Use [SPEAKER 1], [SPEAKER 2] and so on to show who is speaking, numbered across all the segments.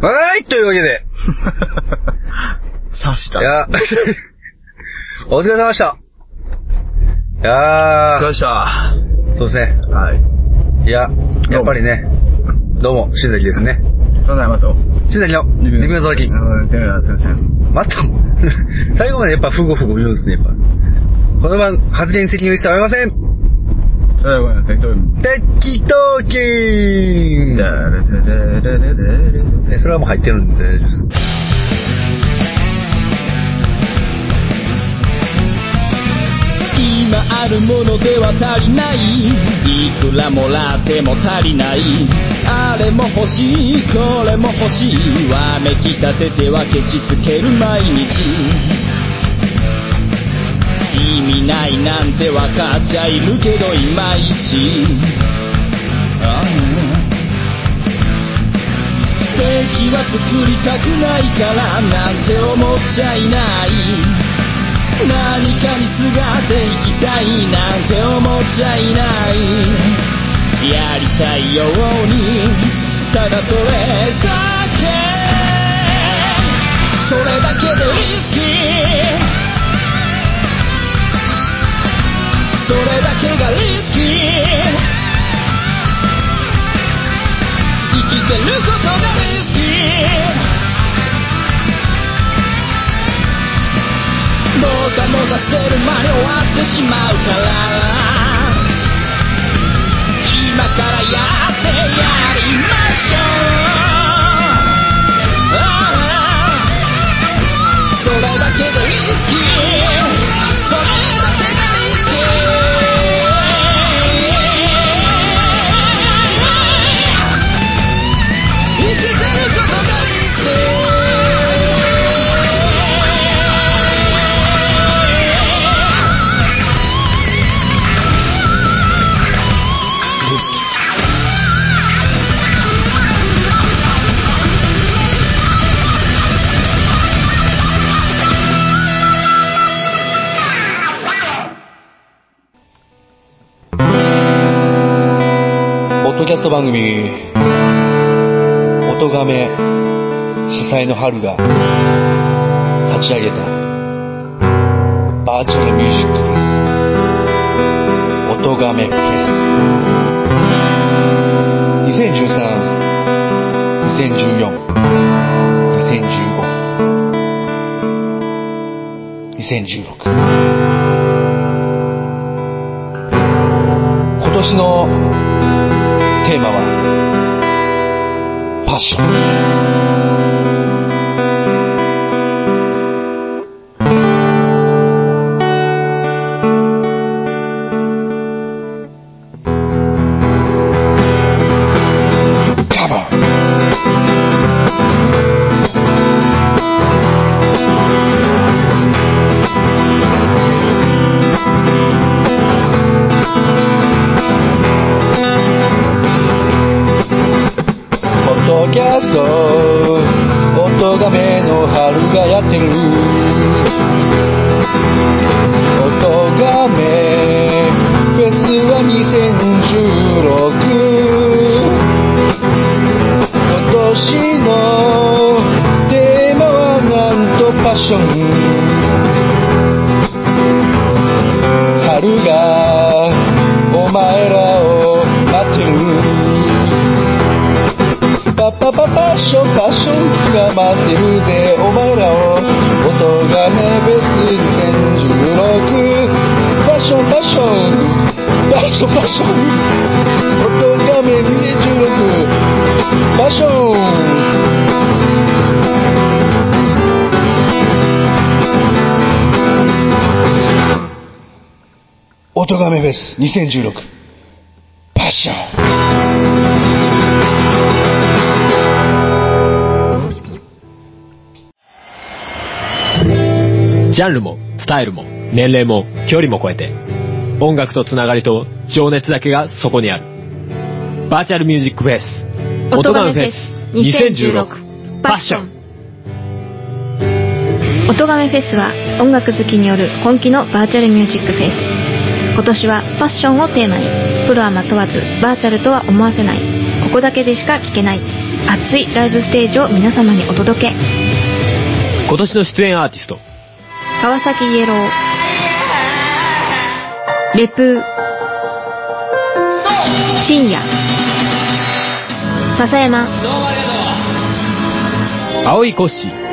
[SPEAKER 1] はーいというわけで、
[SPEAKER 2] 刺し
[SPEAKER 1] い
[SPEAKER 2] た。
[SPEAKER 1] や、 お疲れ様でした。
[SPEAKER 2] お
[SPEAKER 1] い
[SPEAKER 2] 疲
[SPEAKER 1] や
[SPEAKER 2] れ様でした。は
[SPEAKER 1] ー、そうですね。
[SPEAKER 2] い。
[SPEAKER 1] いや、やっぱりね、どうも、しんざきですね。
[SPEAKER 2] そうだよ、また。
[SPEAKER 1] しんざきの、リビングの時。
[SPEAKER 2] うん、手が当たりません。
[SPEAKER 1] また、 最後までやっぱ、ふごふご言うんですね、やっぱ。この番、発言に責任を一切負いません
[SPEAKER 2] それはごめんなさい、どういう
[SPEAKER 1] 適当キーン
[SPEAKER 2] だれだれだれだれ
[SPEAKER 1] えそれはもう入ってるんで大丈夫です。
[SPEAKER 3] 今あるものでは足りないいくらもらっても足りないあれも欲しいこれも欲しいわめきたててはケチつける毎日意味ないなんてわかっちゃいるけどいまいちああ敵は作りたくないからなんて思っちゃいない何かにすがっていきたいなんて思っちゃいないやりたいようにただそれだけそれだけでリスキーそれだけがリスキー生きてることがリスキーもたもたしてる間に終わってしまうから今からやってやりましょうああそれだけでリスキーそれだけがリスキー生きてることがリスキー
[SPEAKER 4] ポッドキャスト番組、音亀主催の春が立ち上げたバーチャルミュージックフェス。音亀フェス。2013、2014、2015、2016。今年のテーマはパッションカバーポッドキャスト音がめの春がやってる音がめフェスは2016今年のテーマはなんとパッション春がお前らを待ってるパパパパッションパッションが待ってるぜお前らを音がめベース2016パッションパッションパッションパッション音がめ26パッション音がめベース2016パッション
[SPEAKER 5] ジャンルも、スタイルも、年齢も、距離も超えて、音楽とつながりと情熱だけがそこにある。バーチャルミュージックフェス、音ガメフェス2016パッション。
[SPEAKER 6] 音亀フェスは音楽好きによる本気のバーチャルミュージックフェス今年はファッションをテーマにプロはま問わずバーチャルとは思わせないこだけでしか聴けない熱いライブステージを皆様にお届け
[SPEAKER 5] 今年の出演アーティスト
[SPEAKER 6] 川崎イエローレプー深夜笹山
[SPEAKER 5] 青いコッシー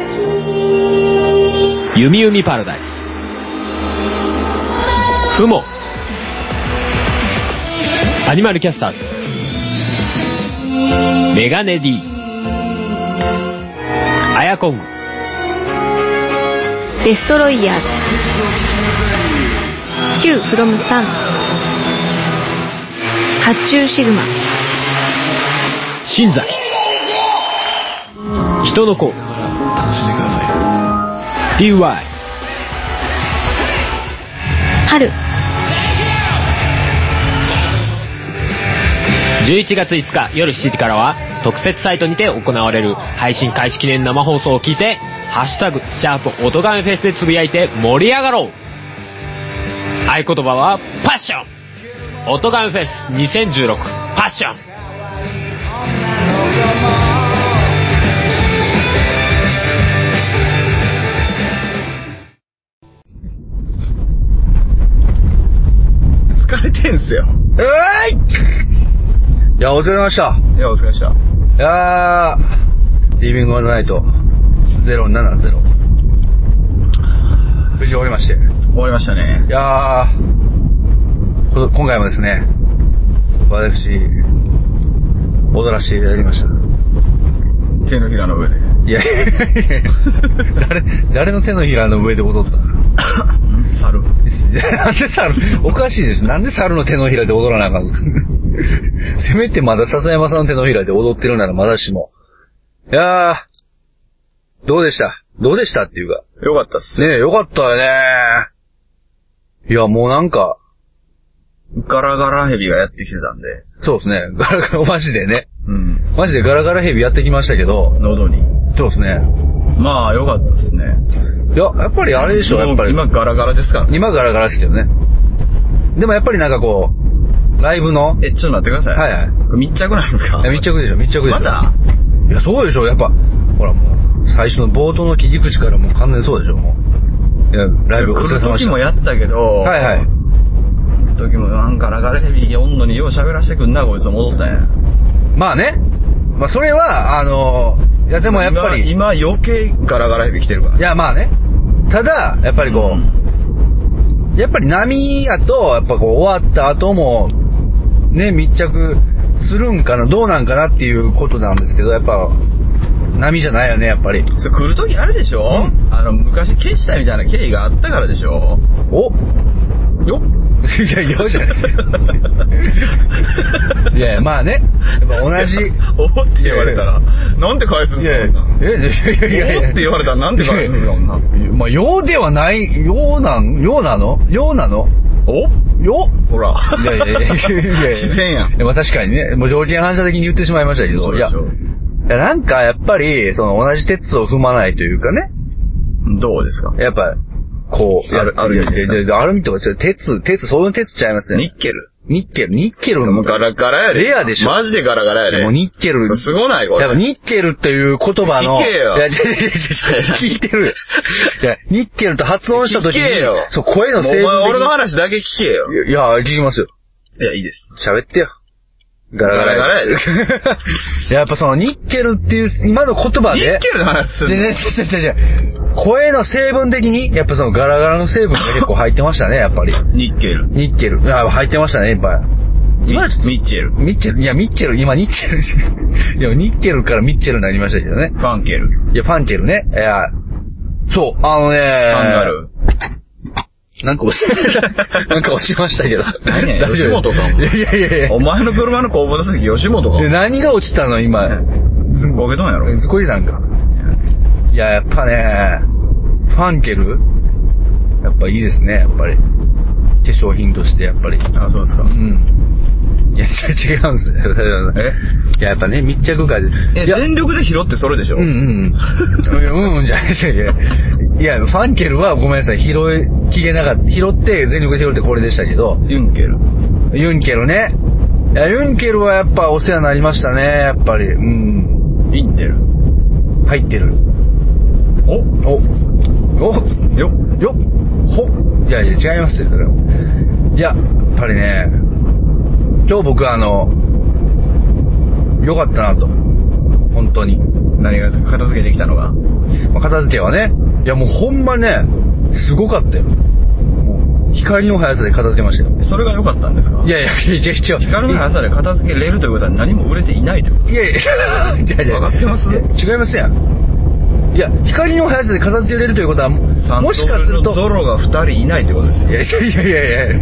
[SPEAKER 5] 弓弓パラダイスふもアニマルキャスターズメガネ D アヤコング
[SPEAKER 6] デストロイヤーズ Q フロム3発注シグマ
[SPEAKER 5] 新崎人の子
[SPEAKER 4] 楽しんでください
[SPEAKER 5] DY
[SPEAKER 6] 春
[SPEAKER 5] 11月5日夜7時からは特設サイトにて行われる配信開始記念生放送を聞いて「ハッシュタグシャープ音がめフェス」でつぶやいて盛り上がろう合言葉は「パッション」「音がめフェス2016パッション」
[SPEAKER 3] 疲れてんすよ。
[SPEAKER 1] えーいいや、お疲れ様でした。
[SPEAKER 3] いや、お疲れでした。
[SPEAKER 1] いやー、リビングオンザナイト070。無事終わりまして。い
[SPEAKER 3] 終わりましたね。
[SPEAKER 1] やー、こ今回もですね、私、踊らせていただきました。
[SPEAKER 3] 手のひらの上で。
[SPEAKER 1] いや、誰、誰の手のひらの上で踊ったんですか
[SPEAKER 3] 猿。
[SPEAKER 1] なんで猿、おかしいです。なんで猿の手のひらで踊らなあかんのせめてまだ笹山さんの手のひらで踊ってるならまだしも。いやー、どうでしたどうでしたっていうか。
[SPEAKER 3] よかったっす。
[SPEAKER 1] ねえ、よかったよねいや、もうなんか、
[SPEAKER 3] ガラガラヘビがやってきてたんで。
[SPEAKER 1] そうですね。ガラガラ、マジでね。
[SPEAKER 3] うん。
[SPEAKER 1] マジでガラガラヘビやってきましたけど、
[SPEAKER 3] 喉に。
[SPEAKER 1] そうですね。
[SPEAKER 3] まあ、よかったっすね。
[SPEAKER 1] いや、やっぱりあれでしょ、やっぱり。
[SPEAKER 3] もう今ガラガラですから。
[SPEAKER 1] 今ガラガラですけどね。でもやっぱりなんかこう、ライブの、
[SPEAKER 3] え、ちょっと待ってください。
[SPEAKER 1] はいはい
[SPEAKER 3] これ密着なんですか
[SPEAKER 1] いや密着でしょ、密着でしょ。
[SPEAKER 3] まだ
[SPEAKER 1] いや、そうでしょ、やっぱ、ほらもう、最初の冒頭の切り口からもう完全にそうでしょ、もう。いや、ライブお疲
[SPEAKER 3] 来
[SPEAKER 1] れ
[SPEAKER 3] る
[SPEAKER 1] 様でし
[SPEAKER 3] 時
[SPEAKER 1] た。
[SPEAKER 3] もやったけど、
[SPEAKER 1] はいはい。
[SPEAKER 3] 来る時も、なんかラガレヘビおんのによう喋らせてくんな、こいつ戻ったんや。
[SPEAKER 1] まあね。まあそれは、あの、いやでもやっぱり、い
[SPEAKER 3] 今、今余計ガラガラヘビ来てるから。やっ
[SPEAKER 1] やまあね。ただ、やっぱりこう、やっぱり波やと、やっぱこう終わった後も、ね、密着するんかな、どうなんかなっていうことなんですけど、やっぱ、波じゃないよね、やっぱり。
[SPEAKER 3] それ来る時あるでしょ、あの、昔消したみたいな経緯があったからでしょ
[SPEAKER 1] お
[SPEAKER 3] よ っ
[SPEAKER 1] いや、よじゃない。いやいや、まあね。やっぱ同じ。
[SPEAKER 3] おおって言われたら、なんて返すん
[SPEAKER 1] い
[SPEAKER 3] です
[SPEAKER 1] や
[SPEAKER 3] か
[SPEAKER 1] いや、いやいやいやいや。
[SPEAKER 3] おって言われたらなんて返すんですか、そんな。
[SPEAKER 1] まあ、ようではない、ようなん、ようなのようなの
[SPEAKER 3] お
[SPEAKER 1] よ
[SPEAKER 3] ほら。
[SPEAKER 1] いやいやいやいやいや
[SPEAKER 3] 自然やん。
[SPEAKER 1] でも確かにね、もう条件反射的に言ってしまいましたけど、いや、い
[SPEAKER 3] そうでし
[SPEAKER 1] やなんかやっぱり、その同じ鉄を踏まないというかね、
[SPEAKER 3] ょどうですか
[SPEAKER 1] やっぱ、こう、
[SPEAKER 3] ある
[SPEAKER 1] や
[SPEAKER 3] ある意味
[SPEAKER 1] いやいやいやアルミとか違う、鉄、鉄、そういう鉄ちゃいますね。
[SPEAKER 3] ニッケル。
[SPEAKER 1] ニッケル、ニッケルの
[SPEAKER 3] もうガラガラやで。
[SPEAKER 1] レアでしょ
[SPEAKER 3] マジでガラガラやで。
[SPEAKER 1] もうニッケル。
[SPEAKER 3] すごないこれ
[SPEAKER 1] やっぱニッケルっていう言葉の。
[SPEAKER 3] 聞けよ
[SPEAKER 1] いや、違う違う違う違う聞いてる よ。いや、ニッケルと発音した時に。
[SPEAKER 3] 聞けよ
[SPEAKER 1] そう、声の
[SPEAKER 3] もうお
[SPEAKER 1] 成分
[SPEAKER 3] 前
[SPEAKER 1] 的に
[SPEAKER 3] 俺の話だけ聞けよ。
[SPEAKER 1] いや、聞きますよ。
[SPEAKER 3] いや、いいです。
[SPEAKER 1] 喋ってよ。ガラガラ。
[SPEAKER 3] ガラガラやで
[SPEAKER 1] やっぱそのニッケルっていう、今の言葉
[SPEAKER 3] ニ
[SPEAKER 1] で。
[SPEAKER 3] ッケルの話すんの
[SPEAKER 1] 違う違う違う違う声の成分的に、やっぱそのガラガラの成分が結構入ってましたね、やっぱり。
[SPEAKER 3] ニッケル。
[SPEAKER 1] ニッケル。いや入ってましたね、いっぱい。
[SPEAKER 3] ミミッチェル。
[SPEAKER 1] ミッチェル、いや、ミッチェル、今ニッチェル です、いや、ニッケルからミッチェルになりましたけどね
[SPEAKER 3] フ。ァンケル。フ
[SPEAKER 1] いや、ファンケルね。いや、そう、あのね、
[SPEAKER 3] ァンガル。
[SPEAKER 1] なんか落ち、 なんか落ちましたけど。
[SPEAKER 3] 何や
[SPEAKER 1] 大丈夫
[SPEAKER 3] 吉本かお
[SPEAKER 1] い
[SPEAKER 3] 前
[SPEAKER 1] やいやいやいや
[SPEAKER 3] お前の車の後部座席、吉本が。
[SPEAKER 1] で何が落ちたの、今。
[SPEAKER 3] ずんこけとんやろ。
[SPEAKER 1] ずこいなんか。いや、やっぱね、ファンケル、やっぱいいですね、やっぱり。化粧品として、やっぱり。
[SPEAKER 3] あ、そうですか
[SPEAKER 1] う。ん。いや、違うんですね。
[SPEAKER 3] え
[SPEAKER 1] いや、やっぱね、密着会で。
[SPEAKER 3] え、
[SPEAKER 1] いや
[SPEAKER 3] 全力で拾ってそれでしょ
[SPEAKER 1] うんうんうん。いやうんうんじゃないですよ。いや、いやファンケルはごめんなさい、拾いきれなかった。拾って、全力で拾ってこれでしたけど、
[SPEAKER 3] ユンケル。
[SPEAKER 1] ユンケルね。いや、ユンケルはやっぱお世話になりましたね、やっぱり。うん。
[SPEAKER 3] インテル。
[SPEAKER 1] 入ってる。
[SPEAKER 3] お
[SPEAKER 1] お。お
[SPEAKER 3] よ
[SPEAKER 1] よほいやいや、違いますよ、それはいや、やっぱりね、今日僕あの、良かったなと。本当に。
[SPEAKER 3] 何がですか片付けてきたのが。
[SPEAKER 1] まあ片付けはね。いや、もうほんまね、すごかったよ。もう、光の速さで片付けましたよ。
[SPEAKER 3] それが良かったんですか
[SPEAKER 1] いやいや、いやいや、違う。
[SPEAKER 3] 光の速さで片付けれるということは何も売れていないということ
[SPEAKER 1] いやい や、いやいや
[SPEAKER 3] わかってます
[SPEAKER 1] いや違いますやん。いや、光の速さで片付けれるということは、もしかすると。
[SPEAKER 3] ゾロが2人いないということです
[SPEAKER 1] い
[SPEAKER 3] よ。
[SPEAKER 1] やいやいやいやいや、い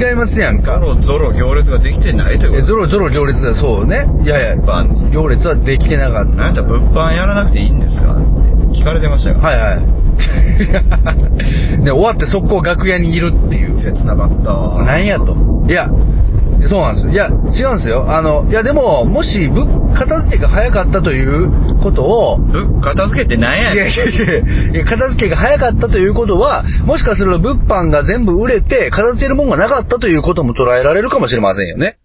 [SPEAKER 1] や違いますやん
[SPEAKER 3] ゾ
[SPEAKER 1] か。
[SPEAKER 3] ロ、ゾロ行列ができてないとい
[SPEAKER 1] いや
[SPEAKER 3] うこと
[SPEAKER 1] ゾロゾロ行列だ、そうね。いやいや、
[SPEAKER 3] 物販
[SPEAKER 1] 行列はできてなかった。
[SPEAKER 3] なんやったら物販やらなくていいんですかって聞かれてましたが、
[SPEAKER 1] はいはい。 で、終わって速攻楽屋にいるっていう。
[SPEAKER 3] 切なかったわ
[SPEAKER 1] なんやと。いや、そうなんですよ。いや、違うんですよ。あの、いやでも、もし、ぶ片付けが早かったということを、
[SPEAKER 3] ぶ片付けてなんや
[SPEAKER 1] いやいやいやいや片付けが早かったということは、もしかすると物販が全部売れて、片付けるもんがなかったということも捉えられるかもしれませんよね。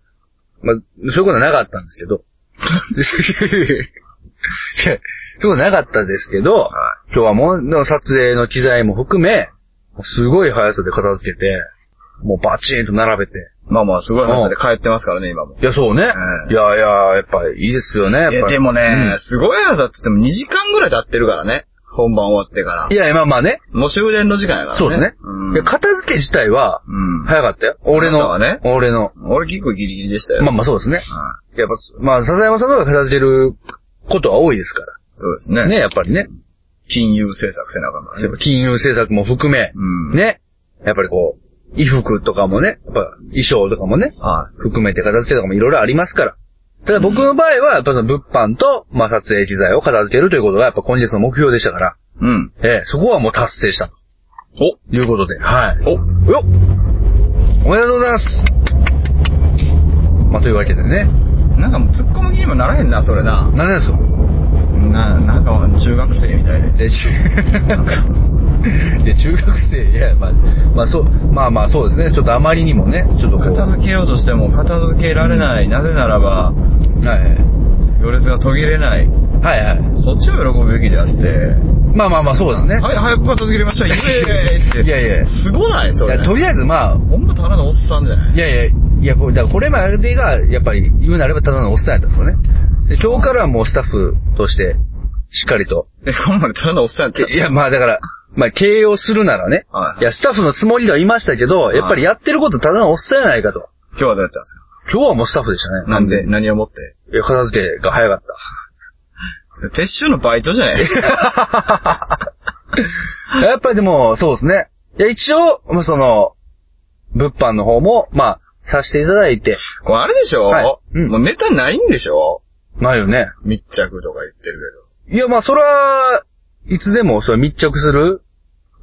[SPEAKER 1] まあ、そういうことはなかったんですけど。 いやそういうことはなかったですけど、今日はもう、の撮影の機材も含め、すごい速さで片付けて、もうバチーンと並べて。
[SPEAKER 3] まあまあすごい話で帰ってますからね今も
[SPEAKER 1] いや、そうね。
[SPEAKER 3] うん
[SPEAKER 1] いやいや、やっぱいいですよね。やっ
[SPEAKER 3] いや
[SPEAKER 1] ぱ
[SPEAKER 3] でもね、
[SPEAKER 1] うん
[SPEAKER 3] すごい話だって言っても2時間ぐらい経ってるからね本番終わってから
[SPEAKER 1] いや、まあまあね。
[SPEAKER 3] もう終電の時間やからね
[SPEAKER 1] そうですね。
[SPEAKER 3] うん
[SPEAKER 1] いや片付け自体は、
[SPEAKER 3] うん
[SPEAKER 1] 早かったよ。俺
[SPEAKER 3] あなた
[SPEAKER 1] の、
[SPEAKER 3] はね
[SPEAKER 1] 俺の。
[SPEAKER 3] 俺結構ギリギリでしたよ、
[SPEAKER 1] まあまあそうですね。
[SPEAKER 3] あ、
[SPEAKER 1] やっぱ、まあ、笹山さんの方が片付けることは多いですか
[SPEAKER 3] そうです
[SPEAKER 1] ら。
[SPEAKER 3] ね
[SPEAKER 1] ね、やっぱりね。
[SPEAKER 3] 金融政策せなあかんから
[SPEAKER 1] やっ
[SPEAKER 3] ね
[SPEAKER 1] ぱ金融政策も含め、
[SPEAKER 3] うん
[SPEAKER 1] ね。やっぱりこう、衣服とかもね、やっぱ衣装とかもね、
[SPEAKER 3] はい
[SPEAKER 1] 含めて片付けとかもいろいろありますから。ただ僕の場合は、やっぱその物販と、まあ撮影機材を片付けるということが、やっぱ今月の目標でしたから、
[SPEAKER 3] うん
[SPEAKER 1] ええ、そこはもう達成したと。いうことで、はい。
[SPEAKER 3] お
[SPEAKER 1] よっおめでとうございますまあ、というわけでね。
[SPEAKER 3] なんかもう突っ込む気にもならへんなそれな
[SPEAKER 1] 何ですか
[SPEAKER 3] ななんか中学生みたいで
[SPEAKER 1] で、中、で、中学生、いや、まあ、まあ、そう、まあまあ、そうですね。ちょっとあまりにもね、ちょっとこう。
[SPEAKER 3] 片付けようとしても片付けられない、なぜならば
[SPEAKER 1] はい
[SPEAKER 3] 行列が途切れない
[SPEAKER 1] はいはい。
[SPEAKER 3] そっちを喜ぶべきであって
[SPEAKER 1] まあまあまあ、そうですね。
[SPEAKER 3] はい早く片付けれましょうイエーイって
[SPEAKER 1] いやいや
[SPEAKER 3] すごないそ
[SPEAKER 1] い
[SPEAKER 3] れ
[SPEAKER 1] やとりあえず、まあ、
[SPEAKER 3] ほんまただのおっさんじゃない
[SPEAKER 1] いやいや、いや、これ、だからこれまでが、やっぱり、言うなればただのおっさんやったんですよね。で今日からはもうスタッフとして、しっかりと。
[SPEAKER 3] えほんまにただのおっさんやった
[SPEAKER 1] いや、まあだから、まあ、形容するならね。
[SPEAKER 3] はい
[SPEAKER 1] いや、スタッフのつもりではいましたけど、
[SPEAKER 3] い
[SPEAKER 1] やっぱりやってることただのおっさんやないかと。
[SPEAKER 3] 今日はどうやったんです
[SPEAKER 1] 今日はもうスタッフでしたね。
[SPEAKER 3] かなんで
[SPEAKER 1] 完全に
[SPEAKER 3] 何をもって
[SPEAKER 1] いや、片付けが早かった。
[SPEAKER 3] 撤収のバイトじゃない
[SPEAKER 1] やっぱりでも、そうですね。いや、一応、まあ、その、物販の方も、まあ、させていただいて、
[SPEAKER 3] これあれでしょ、
[SPEAKER 1] はいうん
[SPEAKER 3] もうネタないんでしょ
[SPEAKER 1] ないよね。
[SPEAKER 3] 密着とか言ってる
[SPEAKER 1] いや、まあ、そら、いつでも、それ密着する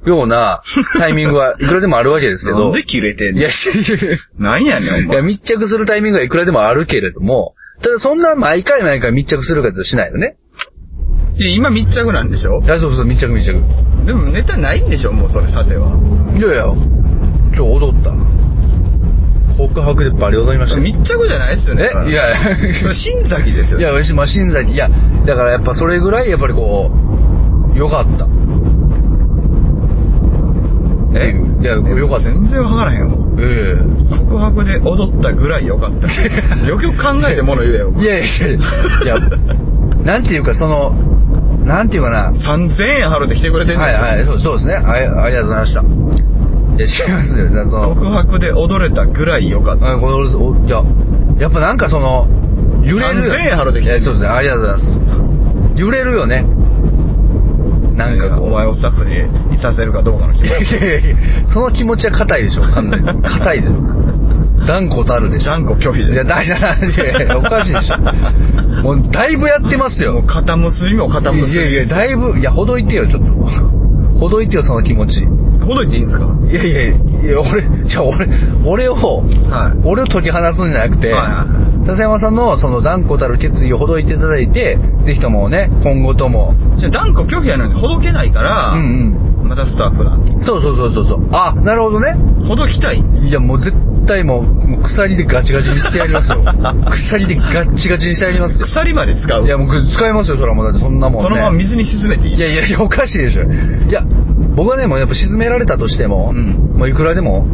[SPEAKER 1] ようなタイミングはいくらでもあるわけですけ
[SPEAKER 3] けど。 な
[SPEAKER 1] ど。
[SPEAKER 3] んで切れてん
[SPEAKER 1] い
[SPEAKER 3] の
[SPEAKER 1] や、いやいやい
[SPEAKER 3] なんやねん、お
[SPEAKER 1] や、
[SPEAKER 3] 前。
[SPEAKER 1] 密着するタイミングはいくらでもあるけれども、ただそんな毎回毎回密着するかとしないよね。
[SPEAKER 3] いや今密着なんでしょ
[SPEAKER 1] 大丈夫そう、密着密着。
[SPEAKER 3] でもネタないんでしょもうそれさては。
[SPEAKER 1] いやいや、今日踊った。告白でバリ踊りましたよ。
[SPEAKER 3] 密着じゃないっすよね。だか
[SPEAKER 1] え
[SPEAKER 3] ら
[SPEAKER 1] いやいや
[SPEAKER 3] それ新崎ですよ
[SPEAKER 1] い
[SPEAKER 3] ね。
[SPEAKER 1] や、私、マシン崎、いや、だからやっぱそれぐらい、やっぱりこう、良かった。えいや、良かった。え
[SPEAKER 3] 全然わからへんわ。
[SPEAKER 1] え
[SPEAKER 3] 告白で踊ったぐらいよ かった。よくよく考えてもの言えよ。
[SPEAKER 1] いやいやいや、い や、なんていうか、その、なんていうかな。
[SPEAKER 3] 3000円払って来てくれてんの
[SPEAKER 1] はいはい、そうそうですねあり。ありがとうございました。いや、違いますよ。だからその
[SPEAKER 3] 告白で踊れたぐらいよかった。
[SPEAKER 1] あこのおいや、やっぱなんかその、揺れるよ。
[SPEAKER 3] 3000円払ってきて
[SPEAKER 1] いやそうですね。ありがとうございます。揺れるよね。なんかこう。
[SPEAKER 3] お前をスタッフにいさせるかどうかの気
[SPEAKER 1] い
[SPEAKER 3] 持
[SPEAKER 1] やい
[SPEAKER 3] ち。
[SPEAKER 1] やいやその気持ちは硬いでしょ、完全に。硬いでしょ。断固たるでしょ。
[SPEAKER 3] 断固拒否
[SPEAKER 1] いや、
[SPEAKER 3] で。
[SPEAKER 1] だいだいやいやおかしいでしょ。もう、だいぶやってます
[SPEAKER 3] も
[SPEAKER 1] よ
[SPEAKER 3] う。肩結びも肩結び。
[SPEAKER 1] いやいや、だいぶ、いや、ほどいてよ、ちょっと。ほどいてよ、その気持ち。い
[SPEAKER 3] ほどいていいんですかは
[SPEAKER 1] やいや、いや、俺、じゃあ俺、俺を、
[SPEAKER 3] い。
[SPEAKER 1] 俺を解き放つんじゃなくて、
[SPEAKER 3] はいは
[SPEAKER 1] 笹山さんのその断固たる決意をほどいていただいて、ぜひともね、今後とも、
[SPEAKER 3] じゃあ断固拒否やのにほどけないから、
[SPEAKER 1] うん
[SPEAKER 3] またスタッフなんです。
[SPEAKER 1] うん。そうそうそうそうそう。あ、なるほどね。
[SPEAKER 3] ほどきたいんです。
[SPEAKER 1] いや、もう絶対もうもう鎖でガチガチにしてやります よ鎖でガッチガチにしてやりますよ
[SPEAKER 3] 鎖まで使う
[SPEAKER 1] いやもう使いますよそれはもうだってそんなもんね
[SPEAKER 3] そのまま水に沈めていい
[SPEAKER 1] いやいやいやおかしいでしょいや僕はねもうやっぱ沈められたとしても、
[SPEAKER 3] うん
[SPEAKER 1] もういくらでも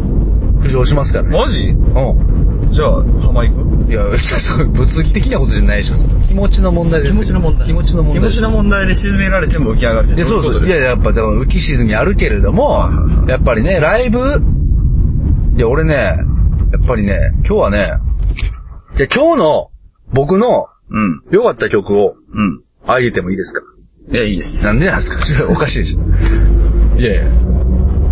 [SPEAKER 1] 浮上しますからね
[SPEAKER 3] マジ
[SPEAKER 1] う
[SPEAKER 3] じゃあ浜行く
[SPEAKER 1] んいや物理的なことじゃないでしょ気持ちの問題ですよ気持ちの問題
[SPEAKER 3] 気持ちの問題で沈められても浮き上がるって
[SPEAKER 1] いや、そう
[SPEAKER 3] どいう
[SPEAKER 1] う
[SPEAKER 3] こ
[SPEAKER 1] そ
[SPEAKER 3] と
[SPEAKER 1] う。い
[SPEAKER 3] です
[SPEAKER 1] や、やっぱ、でも浮き沈みあるけれども
[SPEAKER 3] はいはいは、い
[SPEAKER 1] やっぱりね、ライブ、いや、俺ね、やっぱりね、今日はね、じゃ今日の、僕の
[SPEAKER 3] うん
[SPEAKER 1] 良かった曲を、
[SPEAKER 3] うん
[SPEAKER 1] あげてもいいですか
[SPEAKER 3] いやいいです
[SPEAKER 1] なんでなんですかちょっとおかしいでしょ。いやいや。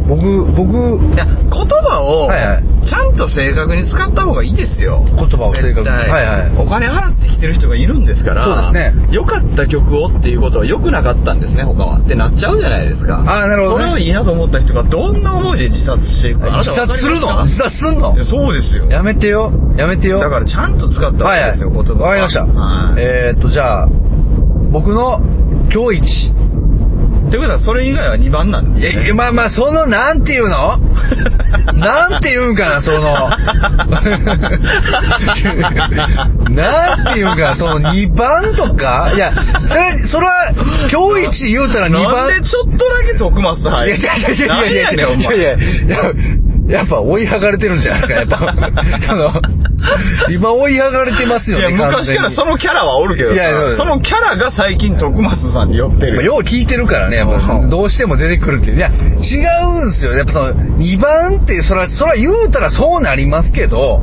[SPEAKER 1] 僕、僕、
[SPEAKER 3] いや言葉を
[SPEAKER 1] はいはい
[SPEAKER 3] ちゃんと正確に使った方がいいですよ
[SPEAKER 1] 言葉を正確
[SPEAKER 3] 絶
[SPEAKER 1] に。
[SPEAKER 3] 対
[SPEAKER 1] はいはい。
[SPEAKER 3] お金払ってきてる人がいるんですから
[SPEAKER 1] そうですね
[SPEAKER 3] 良かった曲をっていうことは良くなかったんですね他はってなっちゃうじゃないですか
[SPEAKER 1] あーなるほどね
[SPEAKER 3] それをいいなと思った人がどんな思いで自殺していくかあなた
[SPEAKER 1] 自
[SPEAKER 3] わか
[SPEAKER 1] 殺
[SPEAKER 3] り
[SPEAKER 1] するの
[SPEAKER 3] ます
[SPEAKER 1] 自殺すんの
[SPEAKER 3] かいやそうですよ
[SPEAKER 1] やめてよ。やめてよ。
[SPEAKER 3] だからちゃんと使った方
[SPEAKER 1] はい
[SPEAKER 3] がいいですよ、
[SPEAKER 1] はい、
[SPEAKER 3] 言葉
[SPEAKER 1] わかりました。
[SPEAKER 3] はい
[SPEAKER 1] えーっと、じゃあ、僕の今日一。
[SPEAKER 3] ってことはそれ以外は2番なんです
[SPEAKER 1] い
[SPEAKER 3] ね
[SPEAKER 1] やいやまあまあ、その、なんていう のなんて言うんかな、その。なんて言うんかな、その2番とかいや、それ、それは、今日一言うたら2番。
[SPEAKER 3] なんでちょっとだけ徳松入
[SPEAKER 1] いや
[SPEAKER 3] る
[SPEAKER 1] いやいやいやいやいや
[SPEAKER 3] なんねんお前
[SPEAKER 1] いやいやいややっぱ追いはがれてるんじゃないですか、やっぱ。その、今追いはがれてますよね、
[SPEAKER 3] いや、
[SPEAKER 1] 完全
[SPEAKER 3] 昔
[SPEAKER 1] に
[SPEAKER 3] からそのキャラはおるけどさ
[SPEAKER 1] いやいやいや
[SPEAKER 3] そのキャラが最近徳松さんに寄って
[SPEAKER 1] まあ
[SPEAKER 3] る。
[SPEAKER 1] よう聞いてるからね、やっ
[SPEAKER 3] う
[SPEAKER 1] ぱ
[SPEAKER 3] ん
[SPEAKER 1] どうしても出てくるっていう。いや、違うんですよ。やっぱその、2番って、そら、そら言うたらそうなりますけど、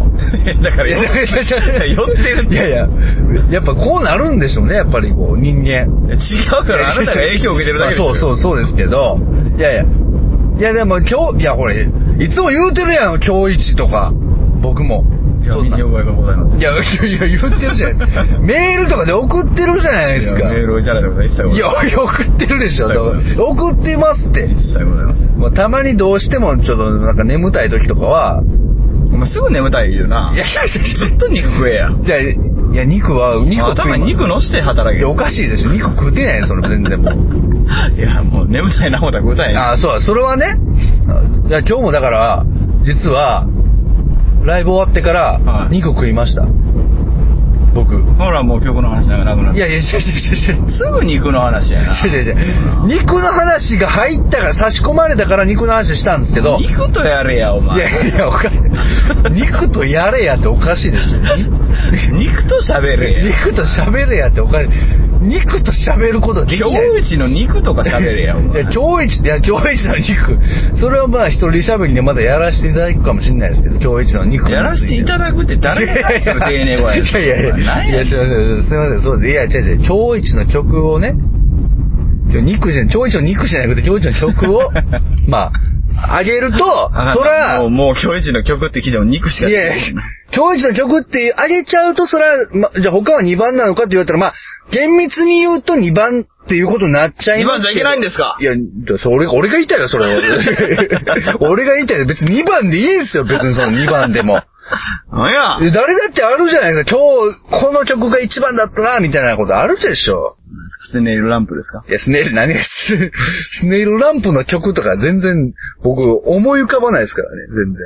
[SPEAKER 3] だから
[SPEAKER 1] いやいやいやいや
[SPEAKER 3] 寄ってるって。
[SPEAKER 1] いやいや、やっぱこうなるんでしょうね、やっぱりこう、人間。
[SPEAKER 3] 違うから、あなたが影響を受けてるだけです
[SPEAKER 1] まあそう
[SPEAKER 3] う。
[SPEAKER 1] そう、そうですけど、いやいや、いやでも今日、いやこれ、いつも言うてるやん、今日一とか、僕も。
[SPEAKER 3] いや、
[SPEAKER 1] そん
[SPEAKER 3] 身
[SPEAKER 1] な
[SPEAKER 3] に覚えがございません。
[SPEAKER 1] いや、いや、いや言ってるじゃない。メールとかで送ってるじゃない
[SPEAKER 3] い
[SPEAKER 1] で
[SPEAKER 3] や
[SPEAKER 1] すか。
[SPEAKER 3] メールをいただいたことは一切ござ
[SPEAKER 1] い
[SPEAKER 3] いま
[SPEAKER 1] や、いや送ってるでしょ。だから送ってますって
[SPEAKER 3] せん。。一切ございません。
[SPEAKER 1] まあ、たまにどうしてもちょっとなんか眠たい時とかは、
[SPEAKER 3] お前すぐ眠たいよな。
[SPEAKER 1] いやいやいや
[SPEAKER 3] ずっと肉食えや。
[SPEAKER 1] いや、いや肉は、肉食い
[SPEAKER 3] 頭に肉のして働
[SPEAKER 1] い
[SPEAKER 3] け
[SPEAKER 1] や、おかしいでしょ。肉食うてないよ、それ全然もう。
[SPEAKER 3] いや、もう眠たいな、ほた食うたいな。
[SPEAKER 1] ああ、そうだ、それはね。いや、今日もだから、実は、ライブ終わってか
[SPEAKER 3] は
[SPEAKER 1] ら、
[SPEAKER 3] い
[SPEAKER 1] 肉食いました。僕。い
[SPEAKER 3] ほら、もう曲の話なんかなくなって。
[SPEAKER 1] やいや、いやいやいやいや。
[SPEAKER 3] すぐ肉の話やな。
[SPEAKER 1] 違う違う違う肉の話が入ったから差し込まれたから肉の話したんですけどい
[SPEAKER 3] 肉とやれや、お前。
[SPEAKER 1] やいやおかしい肉とやれやっておかしいですよ
[SPEAKER 3] 肉と喋れや。
[SPEAKER 1] 肉と喋れやっておかしい肉と喋ることでき
[SPEAKER 3] 今
[SPEAKER 1] ない
[SPEAKER 3] 日一の肉とか喋れや、お
[SPEAKER 1] い
[SPEAKER 3] 前。
[SPEAKER 1] や、今日一、いや、今日一の肉。それはまあ、一人喋りでまだやらせていただくかもしれないですけど、今日一の肉。
[SPEAKER 3] やらせていただくって誰が対する丁寧声
[SPEAKER 1] いやいやいや、い
[SPEAKER 3] 何や
[SPEAKER 1] や、すいません、すいません、そうです。いや、違う違う、今日一の曲をね、ちょ肉じゃ、今日一の肉じゃなくて、今日一の曲 を、まあ、あげると、そ
[SPEAKER 3] あ
[SPEAKER 1] ら
[SPEAKER 3] もう、もう今日一の曲って聞いても肉し
[SPEAKER 1] い
[SPEAKER 3] か
[SPEAKER 1] やいや、今日一の曲ってあげちゃうと、それは、ま、じゃあ他は2番なのかって言われたら、まあ、厳密に言うと2番っていうことになっちゃいますけど。
[SPEAKER 3] 二番じゃいけないんですか
[SPEAKER 1] いや、だそれ、俺が言いたいよ、それ は。俺が言いたいよ。別に2番でいいんですよ、別にその2番でも。
[SPEAKER 3] 何や
[SPEAKER 1] 誰だってあるじゃないですか。今日、この曲が1番だったな、みたいなことあるでしょ。
[SPEAKER 3] スネイルランプですか
[SPEAKER 1] いや、スネイル、何が、ススネイルランプの曲とか全然、僕、思い浮かばないですからね、全然。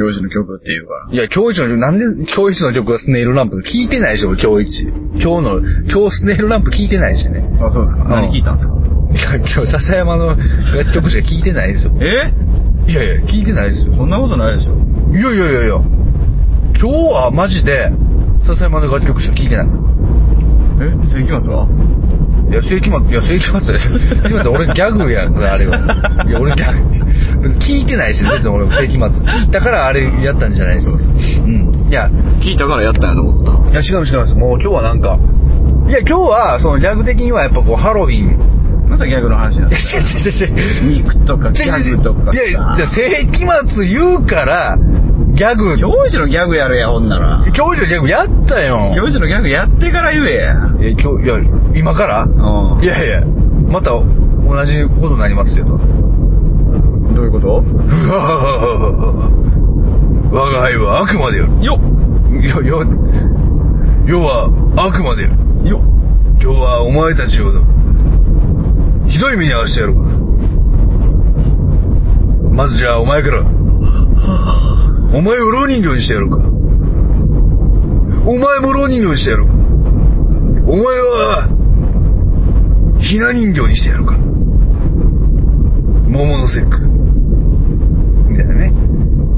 [SPEAKER 3] 今日一の曲っていうから。
[SPEAKER 1] いや、今日一の曲、なんで今日一の曲がスネイルランプ聞いてないでしょ、今日一。今日の、今日スネイルランプ聞いてないしね。
[SPEAKER 3] あ、そうですか。何聞いたんですか
[SPEAKER 1] いや、今日笹山の楽曲しか聞いてないですよ。
[SPEAKER 3] え
[SPEAKER 1] いやいや、聞いてないですよ。
[SPEAKER 3] そんなことないでしょ。
[SPEAKER 1] いやいやいやいや。今日はマジで、笹山の楽曲しか聞いてない。
[SPEAKER 3] えそれいきますか
[SPEAKER 1] いや、世紀末、いや、世紀末でしょ。世紀末俺ギャグやんか、あれは。いや、俺ギャグ。別に聞いてないし、別に俺世紀末。聞いたからあれやったんじゃないですか。うん。いや、
[SPEAKER 3] 聞いたからやったんやと思っ
[SPEAKER 1] いや、違う違う違う。もう今日はなんか、いや、今日は、その、ギャグ的にはやっぱこう、ハロウィン。
[SPEAKER 3] た。またギャグの話なんです か肉と かギャグとか
[SPEAKER 1] いや、いや
[SPEAKER 3] さ。
[SPEAKER 1] 世紀末言うから、ギャグ、
[SPEAKER 3] 今日一のギャグやれや、ほんなら。
[SPEAKER 1] 今日のギャグやったよ。
[SPEAKER 3] 今日一のギャグやってから言え
[SPEAKER 1] い
[SPEAKER 3] や。
[SPEAKER 1] や、今日、いや、今から
[SPEAKER 3] うん
[SPEAKER 1] いやいや、また、同じことになりますけど。
[SPEAKER 3] どういうこと
[SPEAKER 1] うわ我が輩は悪魔である。
[SPEAKER 3] よ
[SPEAKER 1] よ、よ、世は悪魔である。
[SPEAKER 3] よ
[SPEAKER 1] 今日はお前たちをひどい目に遭わしてやろうまずじゃあお前からお前を浪人形にしてやるか。お前も浪人形にしてやるか。お前は、ひな人形にしてやるか。桃の節句。みたいなね。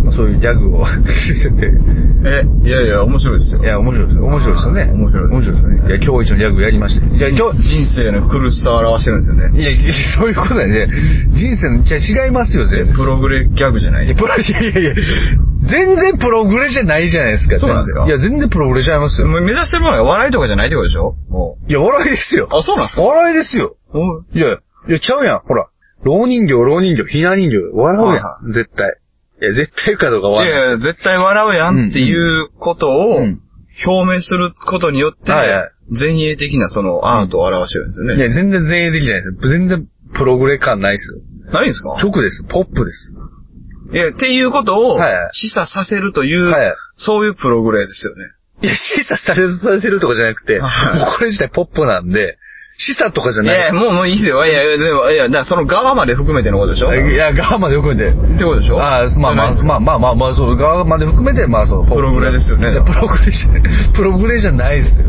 [SPEAKER 1] まあそういうギャグを してて。
[SPEAKER 3] え、いやいや、面白いですよ。
[SPEAKER 1] いや、面白いですよ。面白いですよね。
[SPEAKER 3] 面白いです
[SPEAKER 1] 面白いですよね。いや、今日一のギャグやりましたよ。いや、今日、
[SPEAKER 3] 人生の苦しさを表してるんですよね。
[SPEAKER 1] いや、そういうことだよね。人生の、じゃ違いますよ、全然。
[SPEAKER 3] プログレギャグじゃない
[SPEAKER 1] いや、プロ、いやいやいや、全然プログレじゃないじゃないですか。
[SPEAKER 3] そうなんですか
[SPEAKER 1] いや、全然プログレちゃいますよ。
[SPEAKER 3] もう目指してるものが笑いとかじゃないってことでしょも
[SPEAKER 1] いや、笑いですよ
[SPEAKER 3] う。。あ、そうなんですか
[SPEAKER 1] 笑いですよ。
[SPEAKER 3] うん。
[SPEAKER 1] いや、いや、ちゃうやん。ほら。老人形、老人形、ひな人形。笑うや
[SPEAKER 3] は
[SPEAKER 1] ん。絶対。いや、絶対かどうか笑う。
[SPEAKER 3] いやいや、絶対笑うやんっていうことを
[SPEAKER 1] う
[SPEAKER 3] 表
[SPEAKER 1] ん
[SPEAKER 3] 明することによって
[SPEAKER 1] はいはい、
[SPEAKER 3] 前衛的なそのアートを表してるんですよ
[SPEAKER 1] い
[SPEAKER 3] ね。
[SPEAKER 1] や、全然前衛的じゃないです。全然プログレ感ないっす。
[SPEAKER 3] ないんですか
[SPEAKER 1] 直です。ポップです。
[SPEAKER 3] いや、っていうこと
[SPEAKER 1] は
[SPEAKER 3] を
[SPEAKER 1] いはい
[SPEAKER 3] 示唆させるという
[SPEAKER 1] はい、
[SPEAKER 3] そういうプログレですよね。
[SPEAKER 1] いや、示唆される、させるとかじゃなくて、
[SPEAKER 3] はい
[SPEAKER 1] もうこれ自体ポップなんで、示唆とかじゃ
[SPEAKER 3] い
[SPEAKER 1] ない。
[SPEAKER 3] やいや、もう、もういいですよ。いやいや、でも、いや、だからその側まで含めてのことでしょ
[SPEAKER 1] いや、側まで含めて。
[SPEAKER 3] ってことでしょ
[SPEAKER 1] ああ、まあまあ、
[SPEAKER 3] じゃない
[SPEAKER 1] まあまあまあまあ、そう、側まで含めて、まあそう、ポップ
[SPEAKER 3] プログレですよね
[SPEAKER 1] いやプログレじゃ、 プログレじゃないですよ。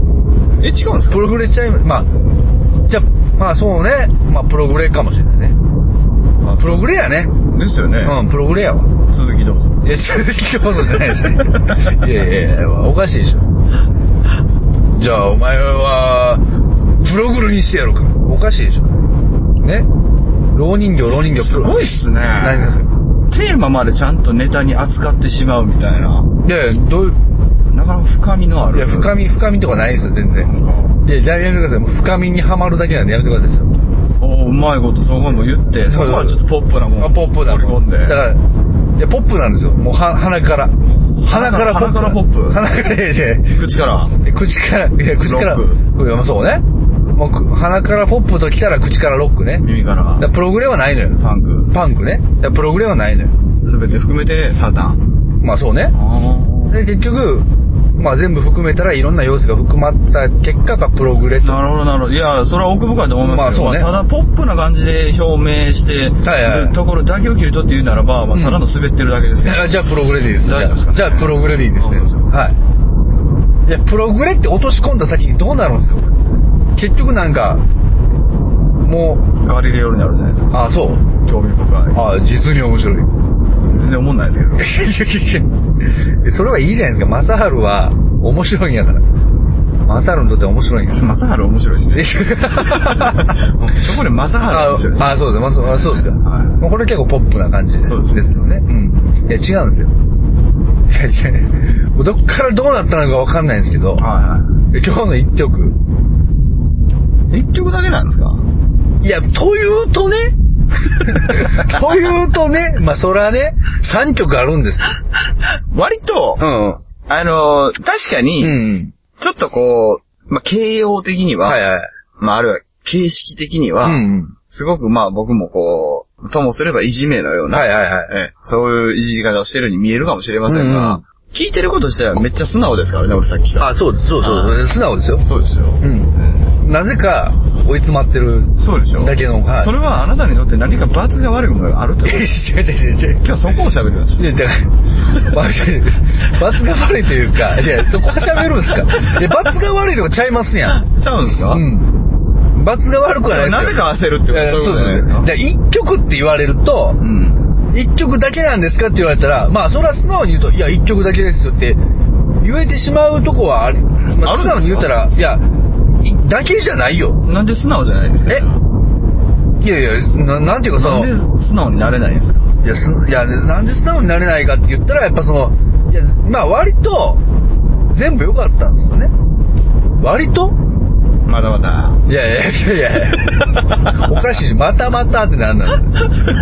[SPEAKER 3] え、違うんですか
[SPEAKER 1] プログレしちゃいま、まあ、じゃあ、まあそうね、まあプログレかもしれないね。
[SPEAKER 3] あ
[SPEAKER 1] プログレやね。
[SPEAKER 3] ですよね。
[SPEAKER 1] うん、プログレやわ。
[SPEAKER 3] 続きどうぞ。
[SPEAKER 1] いや、続きこそじゃないし。いやいやいや、おかしいでしょ。じゃあ、お前は、プログルにしてやろうか。おかしいでしょ。ね老人形、老人形、
[SPEAKER 3] す
[SPEAKER 1] プロ
[SPEAKER 3] ごいっすね。
[SPEAKER 1] 何ですか
[SPEAKER 3] テーマまでちゃんとネタに扱ってしまうみたいな。
[SPEAKER 1] いやいや、どういう、
[SPEAKER 3] なかなか深みのある。
[SPEAKER 1] いや、深み、深みとかないですよ、全然。いや、やめてください。もう深みにはまるだけなんでやめてください。
[SPEAKER 3] おーうまいことそこも言って、そ
[SPEAKER 1] そう
[SPEAKER 3] こはちょっとポップなも
[SPEAKER 1] あ
[SPEAKER 3] ん。
[SPEAKER 1] ポップだ
[SPEAKER 3] 盛り込んで。
[SPEAKER 1] だから、いや、ポップなんですよ。もう、は、鼻から。鼻からポップ。
[SPEAKER 3] 鼻からポップ
[SPEAKER 1] 鼻から、いやいや
[SPEAKER 3] 口から。
[SPEAKER 1] 口から、いや、口から、
[SPEAKER 3] ロッ
[SPEAKER 1] いやそうね。もうく、鼻からポップと来たら口からロックね。
[SPEAKER 3] 耳か。
[SPEAKER 1] だかららプログレはないのよ。
[SPEAKER 3] パンク。
[SPEAKER 1] パンクね。だからプログレはないのよ。
[SPEAKER 3] すべて含めて、サタン。
[SPEAKER 1] まあそうね。で、結局、まあ全部含めたらいろんな要素が含まった結果がプログレと。
[SPEAKER 3] なるほど、なるほど。いや、それは奥深いと思いますけど、
[SPEAKER 1] まあそうね
[SPEAKER 3] まあただ、ポップな感じで表明して
[SPEAKER 1] はいはい
[SPEAKER 3] るところだけを切り取って言うならば、まあ、
[SPEAKER 1] うん
[SPEAKER 3] ただの滑ってるだけですけど。
[SPEAKER 1] あじゃあプログレでいいです。じ
[SPEAKER 3] 大丈夫です
[SPEAKER 1] ゃ
[SPEAKER 3] か
[SPEAKER 1] あ、じゃあプログレでいいですね。
[SPEAKER 3] あそうです
[SPEAKER 1] はい。いや、プログレって落とし込んだ先にどうなるんですか結局なんか、もう、
[SPEAKER 3] ガリレオになるじゃないですか。
[SPEAKER 1] ああ、そう。
[SPEAKER 3] 興味深
[SPEAKER 1] ああ、実に面白い。
[SPEAKER 3] い。全然思んないですけど。
[SPEAKER 1] いやいやいやそれはいいじゃないですか。マサハルは面白いんやから。マサハルにとっては面白いんや。
[SPEAKER 3] マサハル面白い
[SPEAKER 1] え
[SPEAKER 3] ですね。そこでマサハル面白いです
[SPEAKER 1] ああ、そうです。まあそうあそうですか。
[SPEAKER 3] はい
[SPEAKER 1] まあこれ結構ポップな感じ
[SPEAKER 3] そうです
[SPEAKER 1] けどね。うん。いや、違うんですよ。いやいやもうどっからどうなったのかわかんないんですけど、
[SPEAKER 3] は
[SPEAKER 1] 今日の一曲。
[SPEAKER 3] いはい。一曲だけなんですか
[SPEAKER 1] いや、という とね、というとね、まあそらね、3曲あるんです。
[SPEAKER 3] 割と、
[SPEAKER 1] ん。
[SPEAKER 3] あのー、確か
[SPEAKER 1] う
[SPEAKER 3] に、
[SPEAKER 1] ん。
[SPEAKER 3] ちょっとこう、まあ、形容的には、
[SPEAKER 1] はいはい。
[SPEAKER 3] まあ、あるいは形式的には、
[SPEAKER 1] うん
[SPEAKER 3] すごくまあ僕もこう、ともすればいじめのよう
[SPEAKER 1] うん。
[SPEAKER 3] な、
[SPEAKER 1] はいはいはい。
[SPEAKER 3] ええそういういじり方をしてるように見えるかもしれません
[SPEAKER 1] うんう
[SPEAKER 3] が、
[SPEAKER 1] ん
[SPEAKER 3] 聞いてること自体はめっちゃ素直ですからね、俺さっきから。
[SPEAKER 1] あ、そうです、そうそう
[SPEAKER 3] あ
[SPEAKER 1] 素直ですよ。
[SPEAKER 3] そうですよ。
[SPEAKER 1] うん。なぜか、追い詰まって る。
[SPEAKER 3] そうでしょ
[SPEAKER 1] だけのはい
[SPEAKER 3] それはあなたにとって何か罰が悪いものがあると
[SPEAKER 1] 違う
[SPEAKER 3] い
[SPEAKER 1] 違
[SPEAKER 3] う。
[SPEAKER 1] う違う違う。
[SPEAKER 3] 今日そこを喋ります。
[SPEAKER 1] いや、だから、 まあ違う罰が悪いというか、いや、そこは喋るんですか。いや、罰が悪いとかちゃいますやん。
[SPEAKER 3] ちゃうんですか、
[SPEAKER 1] うん。罰が悪くはないですよ
[SPEAKER 3] なぜか焦るってこと
[SPEAKER 1] いや
[SPEAKER 3] そういう
[SPEAKER 1] そ
[SPEAKER 3] こ
[SPEAKER 1] う
[SPEAKER 3] とじゃない
[SPEAKER 1] で
[SPEAKER 3] ですす
[SPEAKER 1] ね
[SPEAKER 3] か。
[SPEAKER 1] で、一曲って言われると
[SPEAKER 3] う、ん。
[SPEAKER 1] 一曲だけなんですかって言われたら、まあ、それは素直に言うと、いや、一曲だけですよって、言えてしまうとこはあり、まあ、
[SPEAKER 3] ある
[SPEAKER 1] 素
[SPEAKER 3] んですか
[SPEAKER 1] 直に言ったら、いや、いだけじゃないよ。
[SPEAKER 3] なんで素直じゃないですか
[SPEAKER 1] えいやいや、ななんていうかそ
[SPEAKER 3] な
[SPEAKER 1] の、
[SPEAKER 3] んで素直になれないんですか
[SPEAKER 1] いや、すいやなんで素直になれないかって言ったら、やっぱその、いや、まあ割と、全部良かったんですよね。割と
[SPEAKER 3] まだまだ。
[SPEAKER 1] いやいやいやいや おかしい。またまたってなんなん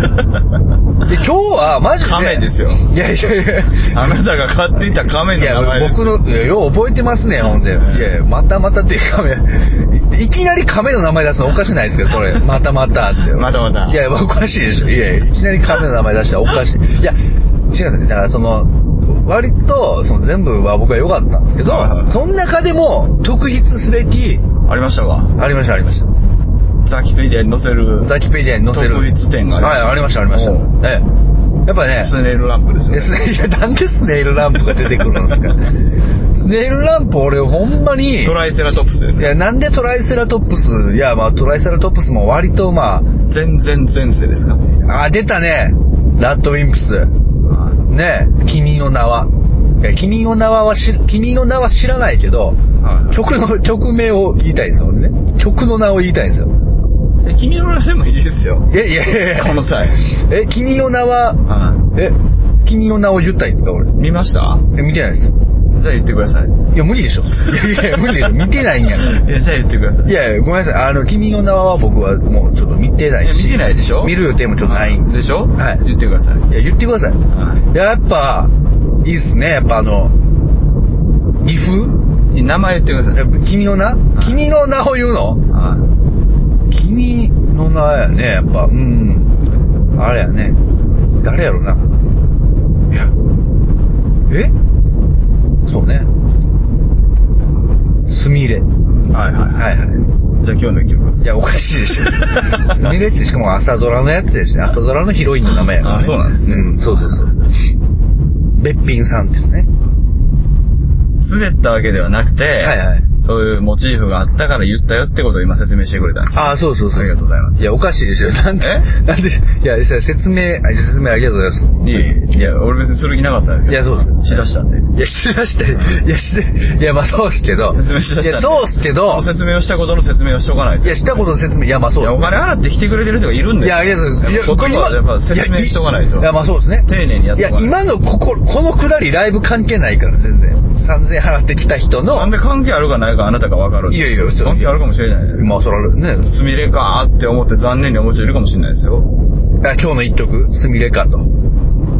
[SPEAKER 1] ですかで今日はマジで。
[SPEAKER 3] 亀ですよ
[SPEAKER 1] いやいやいや。
[SPEAKER 3] あなたが買っていた亀
[SPEAKER 1] い
[SPEAKER 3] の名前
[SPEAKER 1] や、
[SPEAKER 3] です。
[SPEAKER 1] 僕の、いや、よう覚えてますね、ほんで。いやいや、またまたっていう亀、いいきなり亀の名前出すのおかしないですけど、それ。またまたって。
[SPEAKER 3] またまた
[SPEAKER 1] いや、おかしいでしょ。いやいや、いきなり亀の名前出したらおかしい。いや、違うんですよね。だからその、割と、その全部は僕は良かったんですけど
[SPEAKER 3] はいは、い
[SPEAKER 1] その中でも、特筆すべき、
[SPEAKER 3] ありましたか
[SPEAKER 1] ありました、ありました。
[SPEAKER 3] ザキペディアに載せる。
[SPEAKER 1] ザキペディアに載せる。
[SPEAKER 3] 特筆点が
[SPEAKER 1] はい、あ
[SPEAKER 3] あ
[SPEAKER 1] り
[SPEAKER 3] り
[SPEAKER 1] ま
[SPEAKER 3] ま
[SPEAKER 1] し、
[SPEAKER 3] し
[SPEAKER 1] あ
[SPEAKER 3] たた
[SPEAKER 1] りました。ええ。やっぱね
[SPEAKER 3] スネイルランプですよ、
[SPEAKER 1] で
[SPEAKER 3] ね
[SPEAKER 1] ス。ネいやなんでスネイルランプが出てくるんですか スネイルランプ俺ほんまに
[SPEAKER 3] トライセラトプスです
[SPEAKER 1] い
[SPEAKER 3] ね。
[SPEAKER 1] やなんでトライセラトプスいやまあトライセラトプスも割とま
[SPEAKER 3] 全然前世ですか
[SPEAKER 1] ああ出たねラッドウィンプスね君の名は。いや君の名ははし、君の名は知らないけど、
[SPEAKER 3] はい
[SPEAKER 1] 曲の、曲名を言いたいんですよ、俺ね。曲の名を言いたいんですよ。
[SPEAKER 3] え、君の名でもいいですよ。
[SPEAKER 1] いやいやいやいや
[SPEAKER 3] この際。
[SPEAKER 1] え、君の名は、
[SPEAKER 3] は
[SPEAKER 1] え、君の名を言ったいんですか、俺。
[SPEAKER 3] い。見ました
[SPEAKER 1] え、見てないです。
[SPEAKER 3] じゃあ言ってください。
[SPEAKER 1] いや、無理でしょ。いやいや、無理でしょ。見てないんやから。
[SPEAKER 3] え、じゃあ言ってくださ
[SPEAKER 1] い
[SPEAKER 3] い。
[SPEAKER 1] やいや、ごめんなさい。あの、君の名は僕はもうちょっと見てない
[SPEAKER 3] いや
[SPEAKER 1] し。
[SPEAKER 3] 見てないでしょ
[SPEAKER 1] 見る予定もちょっとないんです。
[SPEAKER 3] でしょ
[SPEAKER 1] はい
[SPEAKER 3] 言ってください。
[SPEAKER 1] いや、言ってください。
[SPEAKER 3] はい
[SPEAKER 1] や、やっぱ、いいっすね。やっぱあの、岐阜
[SPEAKER 3] い。名前言ってください。
[SPEAKER 1] 君の名君の名を言うの
[SPEAKER 3] はい
[SPEAKER 1] 君の名やね、やっぱ。うん。あれやね。誰やろな。いや。えそうね。すみれ。は
[SPEAKER 3] はいはい
[SPEAKER 1] い
[SPEAKER 3] は。
[SPEAKER 1] はい
[SPEAKER 3] じゃあ今日の曲。
[SPEAKER 1] い。いや、おかしいでしょ。すみれってしかも朝ドラのやつやしね。朝ドラのヒロインの名前やから、ね。
[SPEAKER 3] あそうなんですね
[SPEAKER 1] うん、そうそうそう。べっぴんさんっていうね。
[SPEAKER 3] 滑ったわけではなくて、
[SPEAKER 1] はいはい。
[SPEAKER 3] そういうモチーフがあったから言ったよってことを今説明してくれたんです。
[SPEAKER 1] ああ、そうそうそう。
[SPEAKER 3] ありがとうございます
[SPEAKER 1] いや、おかしいですよ。なんで、
[SPEAKER 3] え
[SPEAKER 1] なんで、いや、説明、あ説明ありがとうございま
[SPEAKER 3] いえいえいや、俺別にする気なかったん
[SPEAKER 1] す。い
[SPEAKER 3] ですけ
[SPEAKER 1] や、
[SPEAKER 3] ど。
[SPEAKER 1] そうです。
[SPEAKER 3] しだしたんで。
[SPEAKER 1] いや、しだして、いや、しで、いや、まあそうっすけど。
[SPEAKER 3] 説明しだしたん
[SPEAKER 1] い
[SPEAKER 3] で
[SPEAKER 1] や、そうっすけど
[SPEAKER 3] もう、説明をしたことの説明をしとかないと。
[SPEAKER 1] いや、したことの説明、いや、まあそう
[SPEAKER 3] い
[SPEAKER 1] っす
[SPEAKER 3] や、お金払って来てくれてる人がいるん
[SPEAKER 1] い
[SPEAKER 3] です
[SPEAKER 1] や、ありがとうございます。いや、
[SPEAKER 3] こっちはやっぱ
[SPEAKER 1] 今
[SPEAKER 3] 説明しとかないと。
[SPEAKER 1] いや、まあそうですね。
[SPEAKER 3] 丁寧にやっ
[SPEAKER 1] い
[SPEAKER 3] と
[SPEAKER 1] や
[SPEAKER 3] かない、と。
[SPEAKER 1] 今のここ、このくだりライブ関係ないから、全然。3000円払ってきた人の、
[SPEAKER 3] なんで関係あるかないかあなたが分かるんです
[SPEAKER 1] いやいやそう
[SPEAKER 3] 関係あるかもしれないです。
[SPEAKER 1] まあそら、ね、
[SPEAKER 3] すみれかーって思って残念に思う人いるかもしれないですよ。
[SPEAKER 1] あ今日の一曲、すみれかと。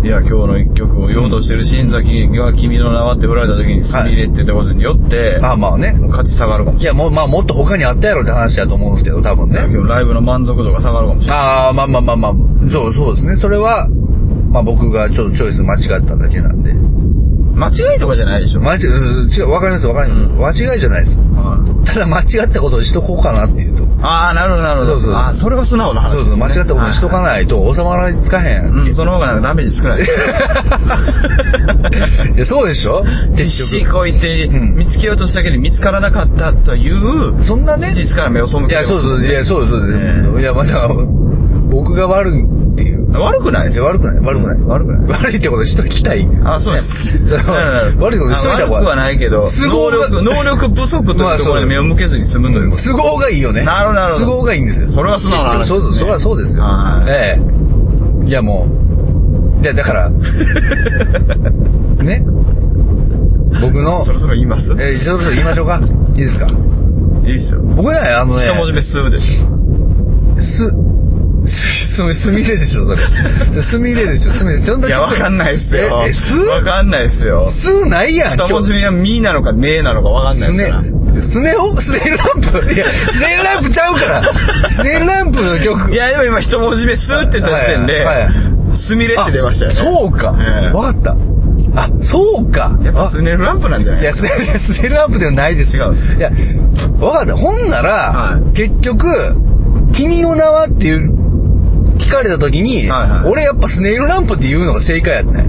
[SPEAKER 3] いや、今日の一曲を言おうとしてる新崎が君の名はって振られた時にすみれって言ったことによって、
[SPEAKER 1] あまあね。
[SPEAKER 3] もう価値下がるかも
[SPEAKER 1] い
[SPEAKER 3] しれ
[SPEAKER 1] や、もう、まあもっと他にあったやろって話だと思うんですけど、多分
[SPEAKER 3] ない。
[SPEAKER 1] ね。
[SPEAKER 3] 今日ライブの満足度が下がるかもしれない。
[SPEAKER 1] ああ、まあまあまあまあ、そう、そうですね。それは、まあ僕がちょっとチョイス間違っただけなんで。
[SPEAKER 3] 間違いとかじゃないでしょ。
[SPEAKER 1] 間違い、うん違う、わかりますわかります。間違いじゃないです。
[SPEAKER 3] はい
[SPEAKER 1] ただ間違ったことをしとこうかなっていうと。
[SPEAKER 3] ああ、なるほど、なるほど。
[SPEAKER 1] そうそう
[SPEAKER 3] あーそれは素直な話
[SPEAKER 1] そ
[SPEAKER 3] で
[SPEAKER 1] う
[SPEAKER 3] す、
[SPEAKER 1] そ
[SPEAKER 3] ね。
[SPEAKER 1] う、間違ったことをしとか
[SPEAKER 3] い。
[SPEAKER 1] ないと収まらないつかへん。
[SPEAKER 3] うん、その方がなんかダメージ少 ないです。
[SPEAKER 1] いやそうでしょ
[SPEAKER 3] 必
[SPEAKER 1] 結
[SPEAKER 3] 死
[SPEAKER 1] 局。
[SPEAKER 3] こいて
[SPEAKER 1] うん
[SPEAKER 3] 見つけようとしたけど見つからなかったという
[SPEAKER 1] そんなね。
[SPEAKER 3] 事実から目を背け
[SPEAKER 1] い
[SPEAKER 3] て
[SPEAKER 1] や、そうそう、いや、そうそう
[SPEAKER 3] ね
[SPEAKER 1] いや、まだ、僕が悪いっていう。
[SPEAKER 3] 悪くないです
[SPEAKER 1] いや
[SPEAKER 3] よ
[SPEAKER 1] 悪くない、悪くない。
[SPEAKER 3] 悪くない
[SPEAKER 1] 悪いってことしときたい。
[SPEAKER 3] あそうです
[SPEAKER 1] ねだから悪いことしといた
[SPEAKER 3] あ
[SPEAKER 1] 方が
[SPEAKER 3] 悪くはないけど
[SPEAKER 1] 都合
[SPEAKER 3] 能
[SPEAKER 1] が
[SPEAKER 3] 力能力不足と
[SPEAKER 1] ま
[SPEAKER 3] い
[SPEAKER 1] あ
[SPEAKER 3] うとこ
[SPEAKER 1] そ
[SPEAKER 3] ろに
[SPEAKER 1] う
[SPEAKER 3] 目を向けずに済むということ
[SPEAKER 1] 都合がいいよね。
[SPEAKER 3] なるほどなるほど
[SPEAKER 1] 都合がいいんですよ。
[SPEAKER 3] それは素直な話です
[SPEAKER 1] そ
[SPEAKER 3] ね
[SPEAKER 1] うそう、それはそうですよ
[SPEAKER 3] は。い
[SPEAKER 1] ええ。いや、もう、いや、だ から、ね。僕の
[SPEAKER 3] そ、ろそろ言いますい
[SPEAKER 1] えー、ちょっと言いましょうか。いいですか。
[SPEAKER 3] いですよ
[SPEAKER 1] 僕ね、あのね、
[SPEAKER 3] 一文字目「す」でし
[SPEAKER 1] す、す、す、すみれでしょ、 それ。すみれでしょ、すみれ。そん
[SPEAKER 3] ょいやわかんないっすよ
[SPEAKER 1] え、え
[SPEAKER 3] わかんないっすよ
[SPEAKER 1] すすないやん。
[SPEAKER 3] 一文字目は「み」なのか「ね」なのかわかんないですから
[SPEAKER 1] スネ、スネをスネイルランプい や、スネイルランプちゃうから。スネイルランプの曲。
[SPEAKER 3] いやでも今一文字目「す」って出してんで
[SPEAKER 1] はいはい
[SPEAKER 3] 「すみれ」って出ましたよね
[SPEAKER 1] あそうか。
[SPEAKER 3] ええ
[SPEAKER 1] わかった。あ、そうか。
[SPEAKER 3] やっぱスネルランプなんじゃない
[SPEAKER 1] いや、スネイル、スネイルランプではないです
[SPEAKER 3] 違うんです
[SPEAKER 1] いや、わかった。ほんなら、
[SPEAKER 3] はい
[SPEAKER 1] 結局、君の名はっていう、聞かれた時に、
[SPEAKER 3] はいはい
[SPEAKER 1] 俺やっぱスネイルランプって言うのが正解やったね。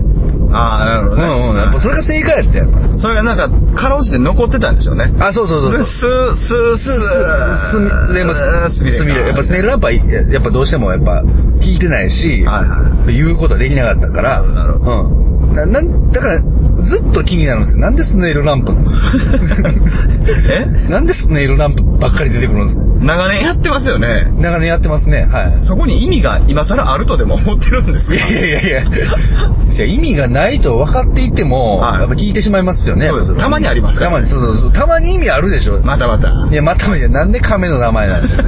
[SPEAKER 3] ああ、なる
[SPEAKER 1] う
[SPEAKER 3] ほど
[SPEAKER 1] ん
[SPEAKER 3] ね。
[SPEAKER 1] うん。やっぱそれが正解やったよ。
[SPEAKER 3] それがなんか、かろうじて残ってたんでしょうね。
[SPEAKER 1] あ、そうそうそうそう。
[SPEAKER 3] スー、スー、
[SPEAKER 1] す、
[SPEAKER 3] ス
[SPEAKER 1] す、す、でも、
[SPEAKER 3] す
[SPEAKER 1] す
[SPEAKER 3] み
[SPEAKER 1] み
[SPEAKER 3] れか。
[SPEAKER 1] れ。やっぱスネイルランプは、ややっぱどうしてもやっぱ、聞いてないし、
[SPEAKER 3] はいは
[SPEAKER 1] 言うことはできなかったから、
[SPEAKER 3] なるほ
[SPEAKER 1] うん。な、なん、だから、ずっと気になるんですよ。なんでスネイルランプなんですか
[SPEAKER 3] え
[SPEAKER 1] なんでスネイルランプばっかり出てくるんですか
[SPEAKER 3] い。長年やってますよね。
[SPEAKER 1] 長年やってますね、はい。
[SPEAKER 3] そこに意味が今更あるとでも思ってるんですか
[SPEAKER 1] いやいやいやいやいや意味がないと分かっていても、
[SPEAKER 3] はい
[SPEAKER 1] やっぱ聞いてしまいますよね。
[SPEAKER 3] そうですたまにあります
[SPEAKER 1] た
[SPEAKER 3] から
[SPEAKER 1] まに、そうそうそう。たまに意味あるでしょ。
[SPEAKER 3] またまた
[SPEAKER 1] い。や、また、いや、なんで亀の名前なん ですか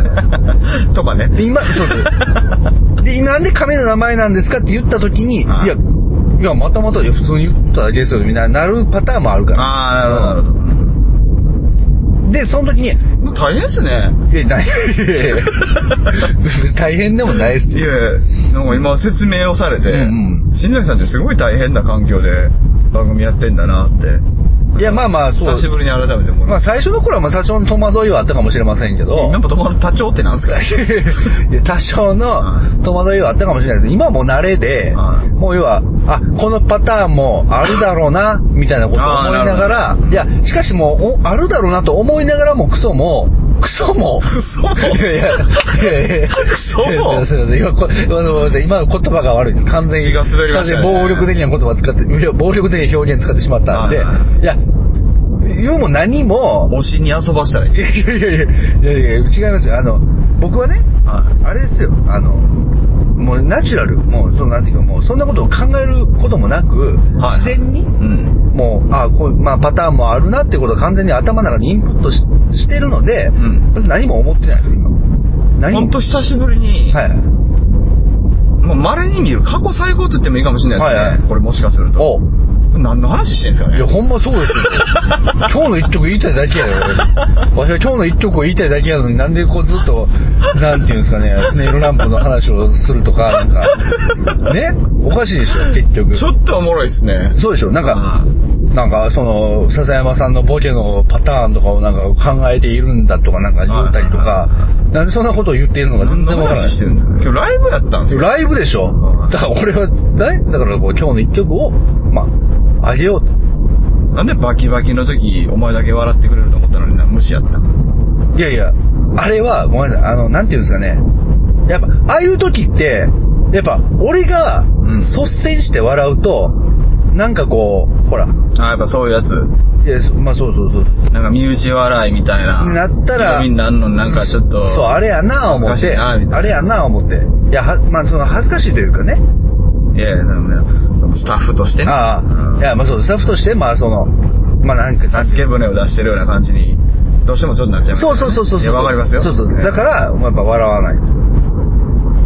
[SPEAKER 3] とかね。
[SPEAKER 1] で今、そうです。で、なんで亀の名前なんですかって言った時に、い
[SPEAKER 3] はい
[SPEAKER 1] や、いや、またまた、いや普通に言っただけですよ、みたいな、なるパターンもあるから。
[SPEAKER 3] ああ、なるほど、なるほ
[SPEAKER 1] で、その時に、いや、
[SPEAKER 3] ど。もう大変ですね。
[SPEAKER 1] ない、いやい や大変でもないです
[SPEAKER 3] いや、なんか今説明をされて、
[SPEAKER 1] うんうん
[SPEAKER 3] 新崎さんってすごい大変な環境で番組やってんだなって
[SPEAKER 1] いやまあまあそう
[SPEAKER 3] 久しぶりに改めて思
[SPEAKER 1] ま
[SPEAKER 3] いま
[SPEAKER 1] あ
[SPEAKER 3] す。
[SPEAKER 1] 最初の頃はまあ多少の戸惑いはあったかもしれませんけど
[SPEAKER 3] やっぱ友達多長ってなんですか
[SPEAKER 1] いや 多少の戸惑いはあったかもしれないです今はもう慣れで、
[SPEAKER 3] はい
[SPEAKER 1] もう要は、あ、このパターンもあるだろうな、みたいなことを
[SPEAKER 3] あ
[SPEAKER 1] 思
[SPEAKER 3] ー
[SPEAKER 1] いなが
[SPEAKER 3] な
[SPEAKER 1] ら
[SPEAKER 3] るほ、ど
[SPEAKER 1] いや、しかしもう、おあるだろうなと思いながらもクソも、クソも、
[SPEAKER 3] クソも
[SPEAKER 1] いやいや、いやいやいや、ク
[SPEAKER 3] ソも
[SPEAKER 1] すいません、今こごめんなさい今の言葉が悪いです。完全に、
[SPEAKER 3] 血が滑りま
[SPEAKER 1] 完
[SPEAKER 3] した
[SPEAKER 1] 全
[SPEAKER 3] ね
[SPEAKER 1] に暴力的な言葉使って、いや暴力的な表現使ってしまったんで、
[SPEAKER 3] はい
[SPEAKER 1] いや、言うも何も、
[SPEAKER 3] 推しに遊ばしたらいい
[SPEAKER 1] い。やいやいやいやいやいや違いますよあの僕はね
[SPEAKER 3] はい
[SPEAKER 1] あれですよあのもうナチュラルもうそのなんていうかもうそんなことを考えることもなく、
[SPEAKER 3] はい
[SPEAKER 1] 自然に
[SPEAKER 3] うん。
[SPEAKER 1] もうあこうまあパターンもあるなってことを完全に頭の中にインプットししてるので、
[SPEAKER 3] ん
[SPEAKER 1] 別に何も思ってないです今何も
[SPEAKER 3] ほんと久しぶりに、
[SPEAKER 1] はい
[SPEAKER 3] まあ、稀に見る過去最高と言ってもいいかもしれないですね。
[SPEAKER 1] はいはい
[SPEAKER 3] これもしかすると。
[SPEAKER 1] おう
[SPEAKER 3] 何の話してんすかね
[SPEAKER 1] いやほんまそう ですよ今日の一曲言いたいだけやよ俺わしは今日の一曲を言いたいだけやのになんでこうずっとなんていうんですかねスネイルランプの話をするとかなんかねおかしいでしょ結局
[SPEAKER 3] ちょっとおもろいっすね。
[SPEAKER 1] そうでしょなんかなんかその笹山さんのボケのパターンとかをなんか考えているんだとかなんか言ったりと
[SPEAKER 3] は
[SPEAKER 1] かなんでそんなことを言っているのか全
[SPEAKER 3] 何の
[SPEAKER 1] 然わからな
[SPEAKER 3] 話してるん
[SPEAKER 1] い
[SPEAKER 3] ですか今日ライブやったんですよ。
[SPEAKER 1] ライブでしょ
[SPEAKER 3] うん
[SPEAKER 1] だから俺はだいだからこう今日の一曲をまああげようと
[SPEAKER 3] なんでバキバキの時、お前だけ笑ってくれると思ったのにな、無視やった。
[SPEAKER 1] いやいや、あれは、ごめんなさい、あの、なんていうんですかね。やっぱ、ああいう時って、やっぱ、俺が
[SPEAKER 3] ん
[SPEAKER 1] 率先して笑うと、なんかこう、ほら、
[SPEAKER 3] あやっぱそういうやつ。
[SPEAKER 1] いや、そまあそうそうそう。
[SPEAKER 3] なんか身内笑いみたいな。
[SPEAKER 1] なったら
[SPEAKER 3] みんなあんのになんかちょっと。
[SPEAKER 1] そう、あれやな思っ
[SPEAKER 3] 恥ずか
[SPEAKER 1] て、
[SPEAKER 3] しいな
[SPEAKER 1] あ
[SPEAKER 3] みたいな
[SPEAKER 1] れやな思って。いや、はまあその恥ずかしいというかね。
[SPEAKER 3] いやいや、でもそのスタッフとしてね。
[SPEAKER 1] ああ、いや、まあそう、スタッフとして、まあその、まあなんか、
[SPEAKER 3] 助け舟を出してるような感じに、どうしてもちょっとなっちゃいます、
[SPEAKER 1] そうそうそうそうそう。
[SPEAKER 3] いや、わかりますよ。、
[SPEAKER 1] そうそう。だからら、やっぱ笑わない。。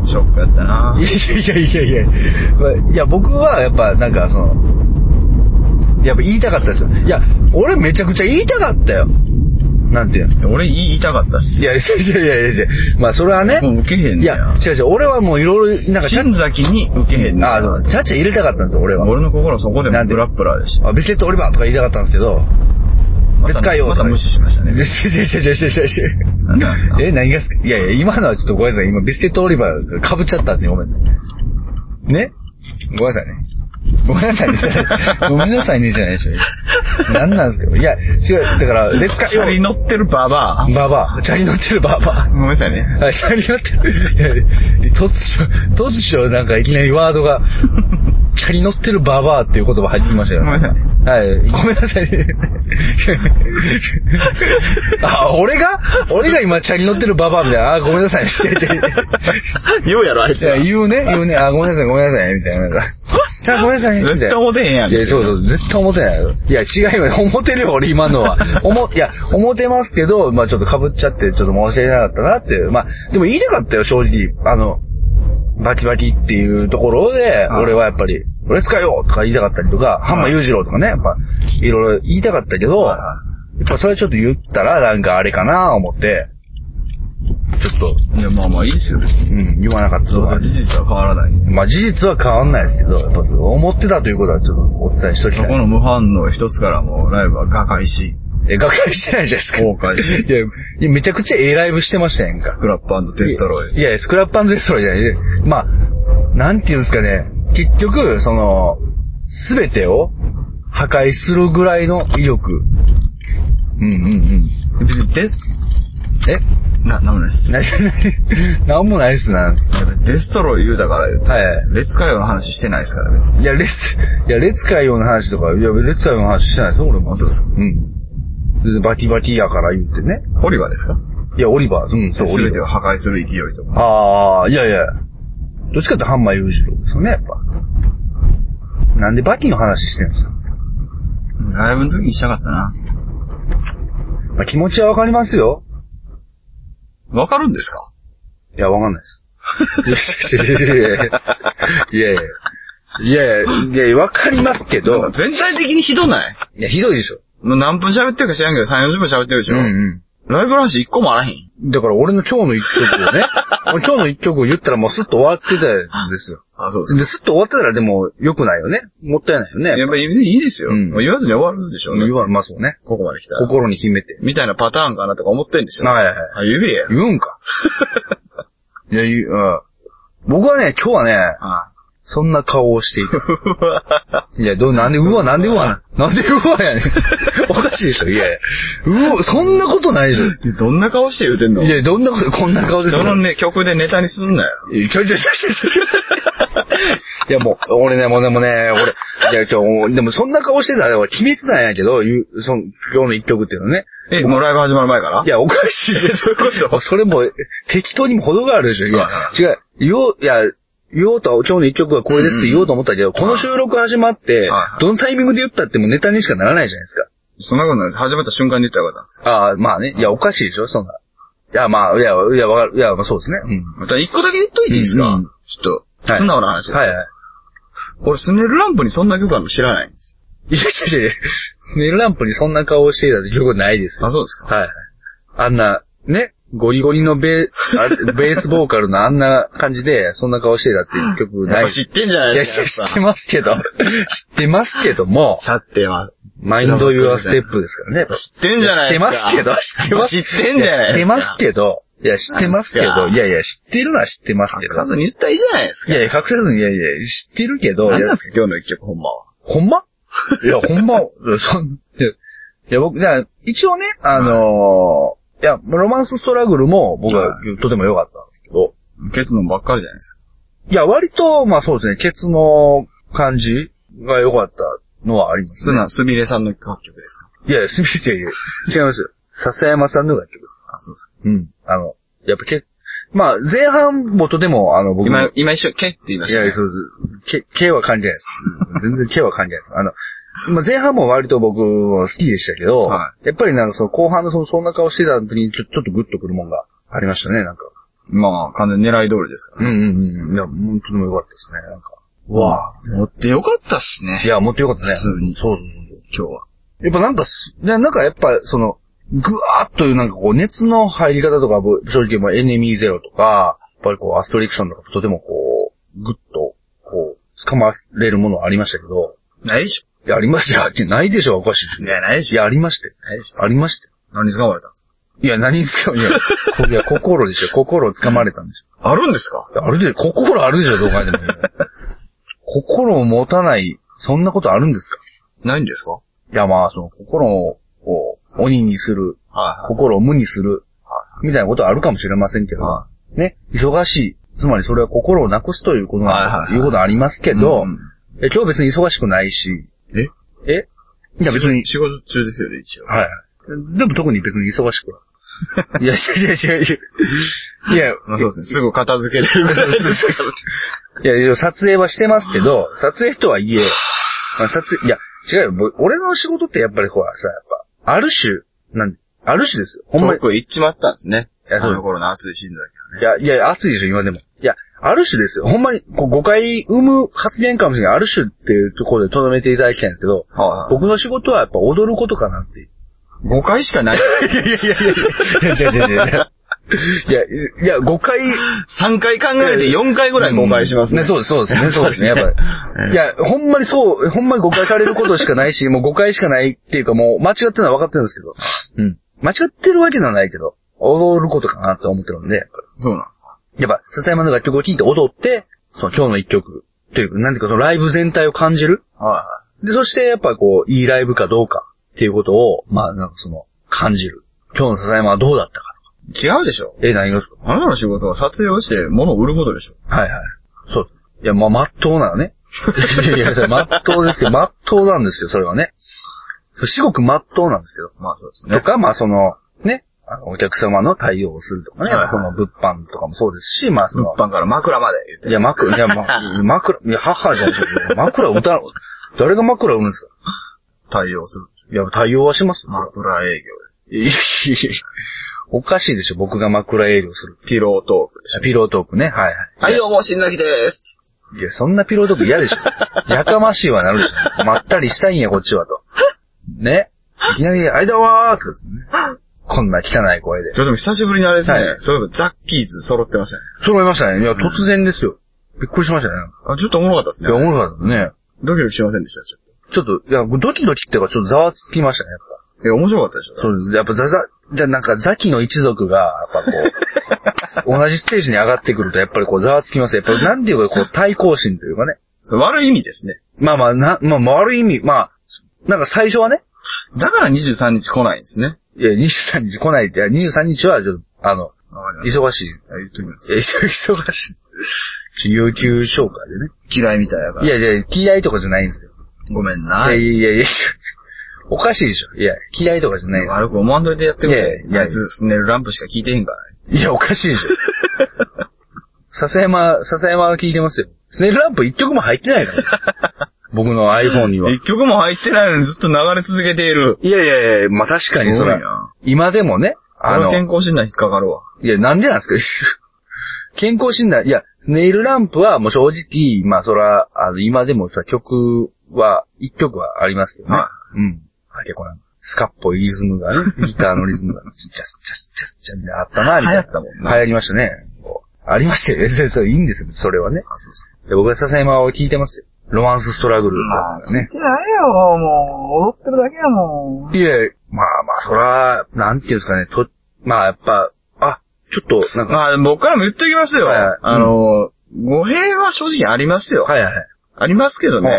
[SPEAKER 3] ショックやったない
[SPEAKER 1] やいやいやいやいや。いや、僕はやっぱなんかその、やっぱ言いたかったですよ。いや、俺めちゃくちゃ言いたかったよ。なんていうの
[SPEAKER 3] 俺言いたかったっす
[SPEAKER 1] い
[SPEAKER 3] よ。
[SPEAKER 1] やいやいやいやいやまあそれはね。
[SPEAKER 3] もう受けへ
[SPEAKER 1] い
[SPEAKER 3] んねや
[SPEAKER 1] や、違う違う。俺はもういろいろ、なんかちゃ
[SPEAKER 3] 新崎に受けへんねや
[SPEAKER 1] あそう、ちゃっちゃ入れたかったんですよ、俺は。
[SPEAKER 3] 俺の心そこで
[SPEAKER 1] な
[SPEAKER 3] も
[SPEAKER 1] んで
[SPEAKER 3] グラップラーでした。
[SPEAKER 1] あビスケットオリバーとか言いたかったんですけど、
[SPEAKER 3] ま
[SPEAKER 1] 別
[SPEAKER 3] た
[SPEAKER 1] 使いよう
[SPEAKER 3] ま
[SPEAKER 1] と
[SPEAKER 3] た
[SPEAKER 1] か。
[SPEAKER 3] 無視しましたね。
[SPEAKER 1] いやいやいやいやいやいやいや
[SPEAKER 3] なんなんすか
[SPEAKER 1] え、何がっすかいやいや、今のはちょっとごめんなさい。今、ビスケットオリバーが被っちゃったんで、ごめんなさい。ねごめんなさいね。ごめんなさいね、じゃない。ごめんなさいね、じゃないでしょ。何なんですかいや、違う、だから、レッツカ
[SPEAKER 3] 車に乗ってるババア。
[SPEAKER 1] ババア。チャリ乗ってるババア
[SPEAKER 3] ご。めんなさいね。
[SPEAKER 1] はい、チャリ乗ってる。いや突如、突如、なんかいきなりワードが、チャリ乗ってるババアっていう言葉入ってきました
[SPEAKER 3] ご
[SPEAKER 1] よ。
[SPEAKER 3] めんなさいね。
[SPEAKER 1] はい、ごめんなさいね。 あ、俺が俺が今、チャリ乗ってるババアみたいな。あ、ごめんな さい。いやいやい
[SPEAKER 3] 言うやろ、あいつ
[SPEAKER 1] や
[SPEAKER 3] ら。
[SPEAKER 1] いや言うね、言うね。あ、ごめんなさい、ごめんなさい、み たいな。あ、ごめんなさい、みたいな。
[SPEAKER 3] 絶対思てへんやん
[SPEAKER 1] いや、そうそう、絶対思てないよ。いや、違います。 思てるよ、俺、今のは。 思、いや、思てますけど、まあちょっと被っちゃって、ちょっと申し訳なかったなっていう。まあでも言いたかったよ、正直。あの、バキバキっていうところで、
[SPEAKER 3] い
[SPEAKER 1] 俺はやっぱり、俺使えようとか言いたかったりとか、ハンマー裕次郎とかね、やっぱ、いろいろ言いたかったけど、やっぱそれちょっと言ったら、なんかあれかな思って、ちょっと、
[SPEAKER 3] いや、まあまあいいですよ、別に。
[SPEAKER 1] うん、言わなかった
[SPEAKER 3] そ
[SPEAKER 1] と
[SPEAKER 3] う
[SPEAKER 1] か
[SPEAKER 3] か、事実は変わらない。
[SPEAKER 1] まあ事実は変わんないですけど、やっぱそう思ってたということはちょっとお伝えしとき
[SPEAKER 3] そ
[SPEAKER 1] たい
[SPEAKER 3] こ。の無反応一つからもうライブは瓦解し、
[SPEAKER 1] え、学会してないじゃないですか。
[SPEAKER 3] 後悔し
[SPEAKER 1] いや、いやめちゃくちゃええライブしてましたやん
[SPEAKER 3] ス
[SPEAKER 1] か。
[SPEAKER 3] クラップデストロイ。
[SPEAKER 1] いやいや、スクラップデストロイじゃない。でまあ、なんていうんですかね。結局、その、すべてを破壊するぐらいの威力。うんうん
[SPEAKER 3] 別にデス、
[SPEAKER 1] うん。え
[SPEAKER 3] な、なんもないです。
[SPEAKER 1] な、な、なんもないっすな。
[SPEAKER 3] いや別にデストロイ言うたから言うて、
[SPEAKER 1] はい。
[SPEAKER 3] レッツカイオの話してないですから、別に。
[SPEAKER 1] いや、レッツ、いや、レッツ海洋の話とか、いや、レッツ海洋の話してないですよ、俺も。
[SPEAKER 3] あそうですか
[SPEAKER 1] うん。でバキバキやから言ってね。
[SPEAKER 3] オリバーですか
[SPEAKER 1] いや、オリバー。うん、そう、オリ
[SPEAKER 3] 全
[SPEAKER 1] バ
[SPEAKER 3] て
[SPEAKER 1] ー
[SPEAKER 3] を。破壊する勢いとか。
[SPEAKER 1] ああ、いやいや。どっちかってハンマー裕次郎ですよね、やっぱ。なんでバキの話してるんですか、
[SPEAKER 3] うんライブの時にしたかったな。
[SPEAKER 1] まあ、気持ちはわかりますよ。
[SPEAKER 3] わかるんですか
[SPEAKER 1] いや、わかんないです。 いやいやいやいやいやいやいやいや、わかりますけど
[SPEAKER 3] なんか、全体的にひどない
[SPEAKER 1] いや、ひどいでしょ。
[SPEAKER 3] もう何分喋ってるか知らんけど、3、40分喋ってるでし
[SPEAKER 1] う
[SPEAKER 3] ょ、
[SPEAKER 1] ん
[SPEAKER 3] ライブの話一個もあらへん。
[SPEAKER 1] うん。だから俺の今日の一曲をね、俺今日の一曲を言ったらもうスッと終わってたんですよ。
[SPEAKER 3] あ、そうです
[SPEAKER 1] で、スッと終わってたらでも良くないよね。もったいないよね。
[SPEAKER 3] か。やっぱり別にいいですよ。
[SPEAKER 1] うん
[SPEAKER 3] もう言わずに終わるでしょうね
[SPEAKER 1] 言。わ、まあそうね。
[SPEAKER 3] ここまで来たら。
[SPEAKER 1] 心に秘めて。
[SPEAKER 3] みたいなパターンかなとか思ってんですよ。
[SPEAKER 1] はいはい
[SPEAKER 3] あ、指や。
[SPEAKER 1] 言うん か。いや、言う、うん。僕はね、今日はね、
[SPEAKER 3] あ
[SPEAKER 1] そんな顔をしてい た。いや、どう、なんで、うわ、なんでうわな、なんでうわやねん。 おかしいでしょ、いやいや。うわ、そんなことないでしょ。
[SPEAKER 3] どんな顔して言うてんの
[SPEAKER 1] いや、どんなこと、こんな顔です
[SPEAKER 3] 人
[SPEAKER 1] よ。
[SPEAKER 3] のね、曲でネタにすんなよ。
[SPEAKER 1] いやちょいちょいちょいちょいちょい いや、もう、俺ね、もうでもね、俺、いや、ちょ、もうでもそんな顔してたら、俺決めてたんやけど、ゆその、今日の一曲っていうのね。
[SPEAKER 3] え、もうライブ始まる前から
[SPEAKER 1] いや、おかしいでしょ。
[SPEAKER 3] どういうこと
[SPEAKER 1] それも、適当にも程があるでしょ。いや、違う。言おう、いや、言おうと、今日の一曲はこれですって言おうと思ったけど、この収録始まって
[SPEAKER 3] は、い
[SPEAKER 1] どのタイミングで言ったってもうネタにしかならないじゃないですか。
[SPEAKER 3] そんなことないです。始まった瞬間に言ったらよかったんですよ。
[SPEAKER 1] ああ、まあね。いや、おかしいでしょ、そんな。いや、まあ、いや、いや、わかる。いや、まあそうですね。うん。
[SPEAKER 3] また一個だけ言っといていいですか、
[SPEAKER 1] うんうん
[SPEAKER 3] ちょっと、
[SPEAKER 1] はい
[SPEAKER 3] 素直な話です。
[SPEAKER 1] はいはい。
[SPEAKER 3] 俺、スネルランプにそんな曲あるの知らないんです
[SPEAKER 1] いやいやいやスネルランプにそんな顔をしていたって曲ないです
[SPEAKER 3] よ。
[SPEAKER 1] よ。
[SPEAKER 3] あ、そうですか
[SPEAKER 1] はい。あんな、ね、ゴリゴリのベー、あれベースボーカルのあんな感じで、そんな顔していたっていう曲な
[SPEAKER 3] やっ
[SPEAKER 1] い
[SPEAKER 3] ぱ知ってんじゃない
[SPEAKER 1] いや、
[SPEAKER 3] で
[SPEAKER 1] 知
[SPEAKER 3] すか。
[SPEAKER 1] 知ってますけど、知ってますけども、
[SPEAKER 3] さては、
[SPEAKER 1] マインド・ユア・ステ
[SPEAKER 3] プ。
[SPEAKER 1] ップですからね。やっぱ
[SPEAKER 3] 知ってんじゃないですか
[SPEAKER 1] 知ってますけど、知ってます。
[SPEAKER 3] 知ってんじゃないですか
[SPEAKER 1] 知ってますけど、いや、知ってますけ
[SPEAKER 3] なん
[SPEAKER 1] ど、
[SPEAKER 3] ですか
[SPEAKER 1] いやいや、知ってるのは知ってますけ
[SPEAKER 3] 隠
[SPEAKER 1] ど。
[SPEAKER 3] さずに言ったらいいじゃないですか。
[SPEAKER 1] いやいや、隠さずに、いやいや、知ってるけど、
[SPEAKER 3] 何
[SPEAKER 1] い
[SPEAKER 3] な
[SPEAKER 1] や
[SPEAKER 3] んですか、今日の一曲、ほんまは。
[SPEAKER 1] ほんまいや、ほんま、いやそんいやいや、僕、じゃあ一応ね、あのー、いや、ロマンスストラグルも僕は
[SPEAKER 3] は
[SPEAKER 1] とても良かったんですけど、
[SPEAKER 3] ケツのばっかりじゃないですか。
[SPEAKER 1] いや、割と、まあそうですね、ケツの感じが良かったのはあります
[SPEAKER 3] そ
[SPEAKER 1] ね。
[SPEAKER 3] れな、すみれさんの楽曲ですか
[SPEAKER 1] いやいや、すみません、いやいや違いますよ。笹山さんの楽曲です。
[SPEAKER 3] あ、そうですか。
[SPEAKER 1] うん。あの、やっぱけ、まあ、前半もとでも、あの、僕も
[SPEAKER 3] 今、今一緒、ケって言いま
[SPEAKER 1] い
[SPEAKER 3] した、
[SPEAKER 1] や、
[SPEAKER 3] ね。
[SPEAKER 1] そうそう。け、けは感じないです。全然けは感じないです。あの、まあ、前半も割と僕は好きでしたけど、
[SPEAKER 3] は
[SPEAKER 1] やっぱりなんかその後半のそのそんな顔してた時にちょちょっとグッとくるもんがありましたね、なんか。
[SPEAKER 3] まあ、完全に狙い通りですから。
[SPEAKER 1] うんうんうん。いや、本当にも良かったですね、なんか。
[SPEAKER 3] わあ、持ってよかったっすね。
[SPEAKER 1] いや、もっと良かったね。
[SPEAKER 3] 普通に
[SPEAKER 1] そうそうそう
[SPEAKER 3] 今日は。
[SPEAKER 1] そう。やっぱなんかす、いやなんかやっぱその、ぐわーっというなんかこう熱の入り方とか、僕正直もうエネミーゼロとか、やっぱりこうアストリクションとかとてもこう、ぐっと、こう、掴まれるものはありましたけど、
[SPEAKER 3] ないでし
[SPEAKER 1] いや、ありましたよ。いやないでしょ、おかしい。
[SPEAKER 3] いやないでし
[SPEAKER 1] い
[SPEAKER 3] ょ
[SPEAKER 1] や、ありましたよ。
[SPEAKER 3] ょ。ないでしょ。
[SPEAKER 1] ありましたよ。
[SPEAKER 3] 何使われたんですか
[SPEAKER 1] いや、何に使ういや、こいや、心でしょ。心を掴まれたんでし
[SPEAKER 3] あるんですか
[SPEAKER 1] ょ。いやあるで、心あるでしょ、どう考えても。心を持たない、そんなことあるんですか
[SPEAKER 3] ないんですかはい
[SPEAKER 1] や、まあ、その、心を、こう鬼にする、
[SPEAKER 3] いは
[SPEAKER 1] 心を無にする、みたいなことはあるかもしれませんけど、
[SPEAKER 3] は
[SPEAKER 1] ね、忙しい。つまりそれは心をなくすということが、
[SPEAKER 3] はいはいはい
[SPEAKER 1] いうことはありますけ
[SPEAKER 3] い。
[SPEAKER 1] ど、
[SPEAKER 3] うん
[SPEAKER 1] いや今日別に忙しくないし、
[SPEAKER 3] え
[SPEAKER 1] えいや別に、
[SPEAKER 3] 仕事中ですよね、一応。
[SPEAKER 1] はい。でも特に別に忙し くは。いや、いや、いや、いや、いや、
[SPEAKER 3] まあそうですね。すぐ片付けれるぐらいです から
[SPEAKER 1] いや、いや撮影はしてますけど、撮影とはいえ、まあ、撮影、いや、違うよ。僕俺の仕事ってやっぱりほらさ、やっぱ、ある種、なん、ある種ですよ。ほんまに
[SPEAKER 3] 遠。くへ行っちまったんですね。
[SPEAKER 1] いやそう
[SPEAKER 3] あの頃の暑いシーンだ
[SPEAKER 1] いや、いや、暑いでしょ、今でも。いや、ある種ですよ。ほんまに、こう、誤解生む発言かもしれない。ある種っていうところでとどめていただきたいんですけど、
[SPEAKER 3] けど。は
[SPEAKER 1] 僕の仕事はやっぱ踊ることかなっていう。
[SPEAKER 3] い。誤解しかない。
[SPEAKER 1] いやいやいやいやいや、いやいやいや。いや、いや、誤解
[SPEAKER 3] 3回考えて4回ぐらい誤解しますね。
[SPEAKER 1] そうです、そうですね、そうですね。やっぱり。いや、ほんまにそう、ほんまに誤解されることしかないし、もう誤解しかないっていうか、もう間違ってるのは分かってるんですけど。うん。間違ってるわけではないけど、踊ることかなと思ってるんで、やっぱ
[SPEAKER 3] そうなんですか。
[SPEAKER 1] りやっぱ、笹山の楽曲を聴いて踊って、その今日の一曲、というか、なんていうか、そのライブ全体を感じる。
[SPEAKER 3] は
[SPEAKER 1] で、そして、やっぱこう、いいライブかどうかっていうことを、まあ、なんかその、感じる。今日の笹山はどうだったか。
[SPEAKER 3] いはい。違うでしょ。
[SPEAKER 1] え、何がですか
[SPEAKER 3] あなたの仕事は撮影をして物を売ることでしょ。
[SPEAKER 1] はいはい。そう。いや、まあ、まっとうなのね。 いやいや、それまっとうですけど、まっとうなんですよ、それはね。至極まっとうなんですけど。
[SPEAKER 3] まあそうです
[SPEAKER 1] と。か、まあ、その、ね、あのお客様の対応をするとかね、
[SPEAKER 3] はいはい
[SPEAKER 1] その物販とかもそうですし、まあ、その、
[SPEAKER 3] 物販から枕まで言って。
[SPEAKER 1] いや、枕、いや、ま、枕、いや、母じゃん、枕打たな、誰が枕打るんですか
[SPEAKER 3] 対応する。
[SPEAKER 1] いや、対応はしますよ。
[SPEAKER 3] 枕営業
[SPEAKER 1] いやいやいやおかしいでしょ、僕が枕営業する。
[SPEAKER 3] ピロートークでし
[SPEAKER 1] ピロートークね、はいはい。
[SPEAKER 3] ょ。はい、どうも、新崎です。
[SPEAKER 1] いや、そんなピロートーク嫌でしょ。やかましいわなるでしょ。まったりしたいんや、こっちはと。ね。いきなり、あいだわーってですね。こんな汚い声で
[SPEAKER 3] い。や、でも久しぶりにあれですね、
[SPEAKER 1] はい
[SPEAKER 3] そういえばザッキーズ揃ってましたね。
[SPEAKER 1] 揃いましたね。いや、突然ですよ。びっくりしましたね。
[SPEAKER 3] あ、ちょっとおもろかったで
[SPEAKER 1] い
[SPEAKER 3] すね。
[SPEAKER 1] や、おもろかったね。
[SPEAKER 3] ドキドキしませんでした、ちょっ
[SPEAKER 1] ちょっと、いや、ドキドキっていうか、ちょっとざわつきましたね、やっぱ。
[SPEAKER 3] と。いや、面白かったでしょ。
[SPEAKER 1] そうです。やっぱザザ、じゃあなんかザキの一族が、やっぱ こう、同じステージに上がってくると、やっぱりこう、ざわつきます。やっぱりなんていうか、こう、対抗心というかね。
[SPEAKER 3] そう悪い意味ですね。
[SPEAKER 1] まあまあ、な、まあ、まあ悪い意味、まあ、なんか最初はね、
[SPEAKER 3] だから23日来ないんですね。
[SPEAKER 1] いや、23日来ないって、いや23日は、ちょっと、あの、忙しい。
[SPEAKER 3] 言っときます。
[SPEAKER 1] いや、忙しい。ちょ有給消化でね。
[SPEAKER 3] 嫌いみたいやから。
[SPEAKER 1] いや、じゃ嫌いとかじゃないんですよ。
[SPEAKER 3] ごめんな。
[SPEAKER 1] い、やいやいや、おかしいでしょ。いや、嫌いとかじゃないんですよ。
[SPEAKER 3] 悪く思わんといてやってくれ。
[SPEAKER 1] いやいや
[SPEAKER 3] やつ、スネルランプしか聞いてへんからね。
[SPEAKER 1] いや、おかし いでしょ。笹山、笹山は聞いてますよ。スネルランプ一曲も入ってない から。僕の iPhone には。い
[SPEAKER 3] 一曲も入ってないのにずっと流れ続けている。
[SPEAKER 1] やいやいや、まあ確かにそ
[SPEAKER 3] すご
[SPEAKER 1] れ
[SPEAKER 3] いな
[SPEAKER 1] 今でもね、
[SPEAKER 3] あ
[SPEAKER 1] あ
[SPEAKER 3] の
[SPEAKER 1] の、
[SPEAKER 3] 健康診断引っかかるわ。
[SPEAKER 1] いや、なんでなんですか 健康診断、いや、スネイルランプはもう正直、まあそら、あの、今でもさ、曲は、一曲はありますよね。
[SPEAKER 3] は
[SPEAKER 1] うん。あ、結構なんか、スカっぽいリズムが ね、ギターのリズムが、ちっちゃすちゃすちゃすちゃみたいなあったな、みたいな。
[SPEAKER 3] 流行ったもんな
[SPEAKER 1] 流行りましたね。こうありましたよ。 それ、それいいんですよ、それはね。
[SPEAKER 3] あ、そうです。
[SPEAKER 1] で僕は笹山を聞いてますよ。ロマンスストラグルとかね。
[SPEAKER 4] いや、あれやろ、もう、踊ってるだけやもん。
[SPEAKER 1] いえ、まあまあ、そら、なんていうんですかね、と、まあやっぱ、あ、ちょっと、なんか、
[SPEAKER 3] まあ、僕からも言っておきますよ。
[SPEAKER 1] はいはい
[SPEAKER 3] あの、語弊は正直ありますよ。
[SPEAKER 1] はいはいはい。
[SPEAKER 3] ありますけどね。
[SPEAKER 1] は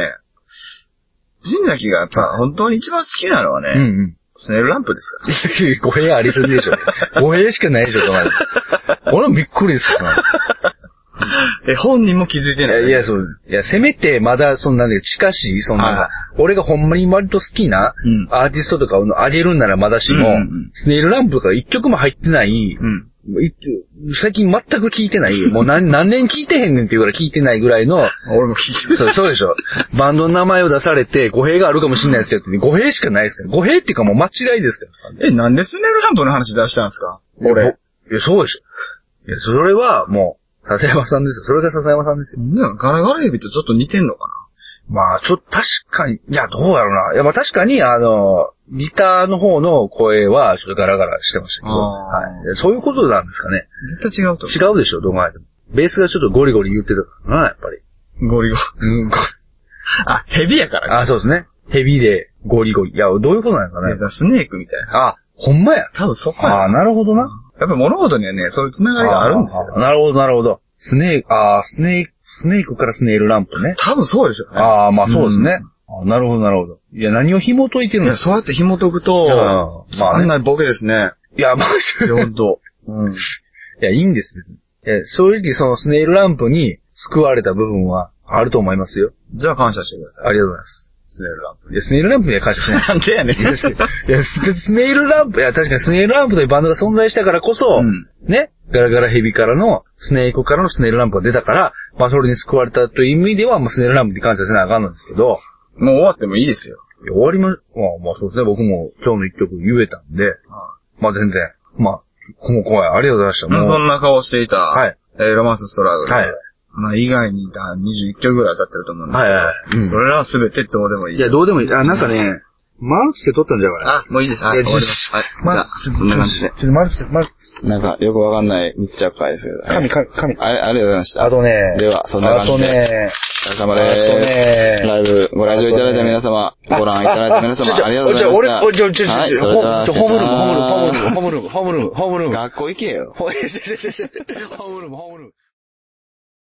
[SPEAKER 3] 新崎がやっぱ本当に一番好きなのはね、
[SPEAKER 1] うんうん。
[SPEAKER 3] スネルランプですから。
[SPEAKER 1] 語弊ありすぎ でしょ。語弊しかないでしょ、まだ。俺もびっくりですよ。
[SPEAKER 3] え、本人も気づいて
[SPEAKER 1] い
[SPEAKER 3] な
[SPEAKER 1] や、
[SPEAKER 3] い。
[SPEAKER 1] いや、そう。いや、せめて、まだ、そんなんで、近しい、そん
[SPEAKER 3] は
[SPEAKER 1] な、俺がほんまに割と好きな
[SPEAKER 3] うん、
[SPEAKER 1] アーティストとかをあげるんならまだしも、
[SPEAKER 3] うんうんうん
[SPEAKER 1] スネイルランプとか一曲も入ってない、
[SPEAKER 3] うん。
[SPEAKER 1] い最近全く聞いて ない、もう何何年聞いてへんねんっていうぐらい聞いてないぐらいの、
[SPEAKER 3] 俺も聞いて
[SPEAKER 1] そうそうでしょ。バンドの名前を出されて、語弊があるかもしれないですけど、語弊しかないですから。語弊っていうかもう間違いですから。
[SPEAKER 3] え、なんでスネルランプの話出したんですか
[SPEAKER 1] いや
[SPEAKER 3] 俺。。
[SPEAKER 1] ぼいや、そうでしょ。いや、それはもう、笹山さんですよ。それが笹山さんですよ。
[SPEAKER 3] なんだよガラガラエビとちょっと似てんのか
[SPEAKER 1] まあ、ちょっと確かに、いや、どうやろうな。いや、まあ確かに、あの、ギターの方の声は、ちょっとガラガラしてましたけど、
[SPEAKER 3] あー
[SPEAKER 1] はい。でそういうことなんですかね。
[SPEAKER 3] な絶対違うと
[SPEAKER 1] 違うでしょ、どう考えても。ベースがちょっとゴリゴリ言ってたからな、やっぱり。
[SPEAKER 3] 思う。ゴリゴリ。
[SPEAKER 1] うん、ゴリ
[SPEAKER 3] あ、ヘビやから。
[SPEAKER 1] あ、そうですね。ヘビでゴリゴリ。いや、どういうことなのか
[SPEAKER 3] ね
[SPEAKER 1] ね。
[SPEAKER 3] スネークみたいな。
[SPEAKER 1] あ、ほんまや。
[SPEAKER 3] 多分そこや
[SPEAKER 1] あ
[SPEAKER 3] な。
[SPEAKER 1] あ、なるほどな。
[SPEAKER 3] やっぱ物事にはね、そういう繋がりがあるんですよ。
[SPEAKER 1] あーなるほど、なるほど。スネーク、ああ、スネーク、スネークからスネールランプね。
[SPEAKER 3] 多分そうですよね。
[SPEAKER 1] ああ、まあそうですね。あなるほど、なるほど。いや、何を紐解いてるん
[SPEAKER 3] い
[SPEAKER 1] で
[SPEAKER 3] や、
[SPEAKER 1] す
[SPEAKER 3] そうやって紐解く
[SPEAKER 1] あ
[SPEAKER 3] と、
[SPEAKER 1] まあね
[SPEAKER 3] あんなにボケですね。
[SPEAKER 1] いや、まあ、
[SPEAKER 3] ほんと。うん。
[SPEAKER 1] いや、いいんです、別に。え、正直そのスネイルランプに救われた部分はあると思いますよ。
[SPEAKER 3] じゃあ感謝してください。
[SPEAKER 1] ありがとうございます。
[SPEAKER 3] スネルランプ。
[SPEAKER 1] いや、スネイルランプには感謝しない です。
[SPEAKER 3] なんでやねん。
[SPEAKER 1] いやスいや、ススネイルランプ、いや、確かにスネイルランプというバンドが存在したからこそ、
[SPEAKER 3] うん
[SPEAKER 1] ね、ガラガラヘビからの、スネークからのスネイルランプが出たから、まあ、それに救われたという意味では、まあ、スネイルランプに感謝せなあかんのですけど、
[SPEAKER 3] もう終わってもいいですよ。
[SPEAKER 1] いや終わりま、まあまあそうですね、僕も今日の一曲言えたんで、まあ全然、まあ、この声ありがとうございました。もう、
[SPEAKER 3] そんな顔していた、
[SPEAKER 1] はい
[SPEAKER 3] えーロマンスストラグル。
[SPEAKER 1] はい。
[SPEAKER 3] まあ、以外にだ21曲ぐらい当たってると思うんです
[SPEAKER 1] は
[SPEAKER 3] け
[SPEAKER 1] い
[SPEAKER 3] ど、
[SPEAKER 1] はい。うん
[SPEAKER 3] それらは全てどうでもいい。
[SPEAKER 1] いや、どうでもいい。あ、なんかね、丸つけ取ったんじゃない
[SPEAKER 3] あ、もういいです。はいい、
[SPEAKER 1] や
[SPEAKER 3] 終わりました。はい、じゃあ、そんな感じで
[SPEAKER 1] ちょ。っと丸つけ、丸、
[SPEAKER 3] なんか、よくわかんない密着会ですけど。はい
[SPEAKER 1] 神、神、神。
[SPEAKER 3] あれ、ありがとうございました。
[SPEAKER 1] あとね、
[SPEAKER 3] ではそんな感じ
[SPEAKER 1] あとね、
[SPEAKER 3] でお疲れ様
[SPEAKER 1] あ
[SPEAKER 3] で
[SPEAKER 1] と
[SPEAKER 3] す。ラ
[SPEAKER 1] ね、
[SPEAKER 3] イブ、ご来場いただいた皆様、ご覧いただいた皆様、ありがとうございました。
[SPEAKER 1] ちょ、ちょ、ちょ、
[SPEAKER 3] はい
[SPEAKER 1] ちょ、ち
[SPEAKER 3] それでは
[SPEAKER 1] ょ、ホームルーム、ホームルーム、ホームルーム、
[SPEAKER 3] さよな ら
[SPEAKER 1] ホームルーム、ホームルーム、ホームルーム、ホームルーム。
[SPEAKER 3] 学校行けよ。
[SPEAKER 1] ホームルーム、ホームルーム。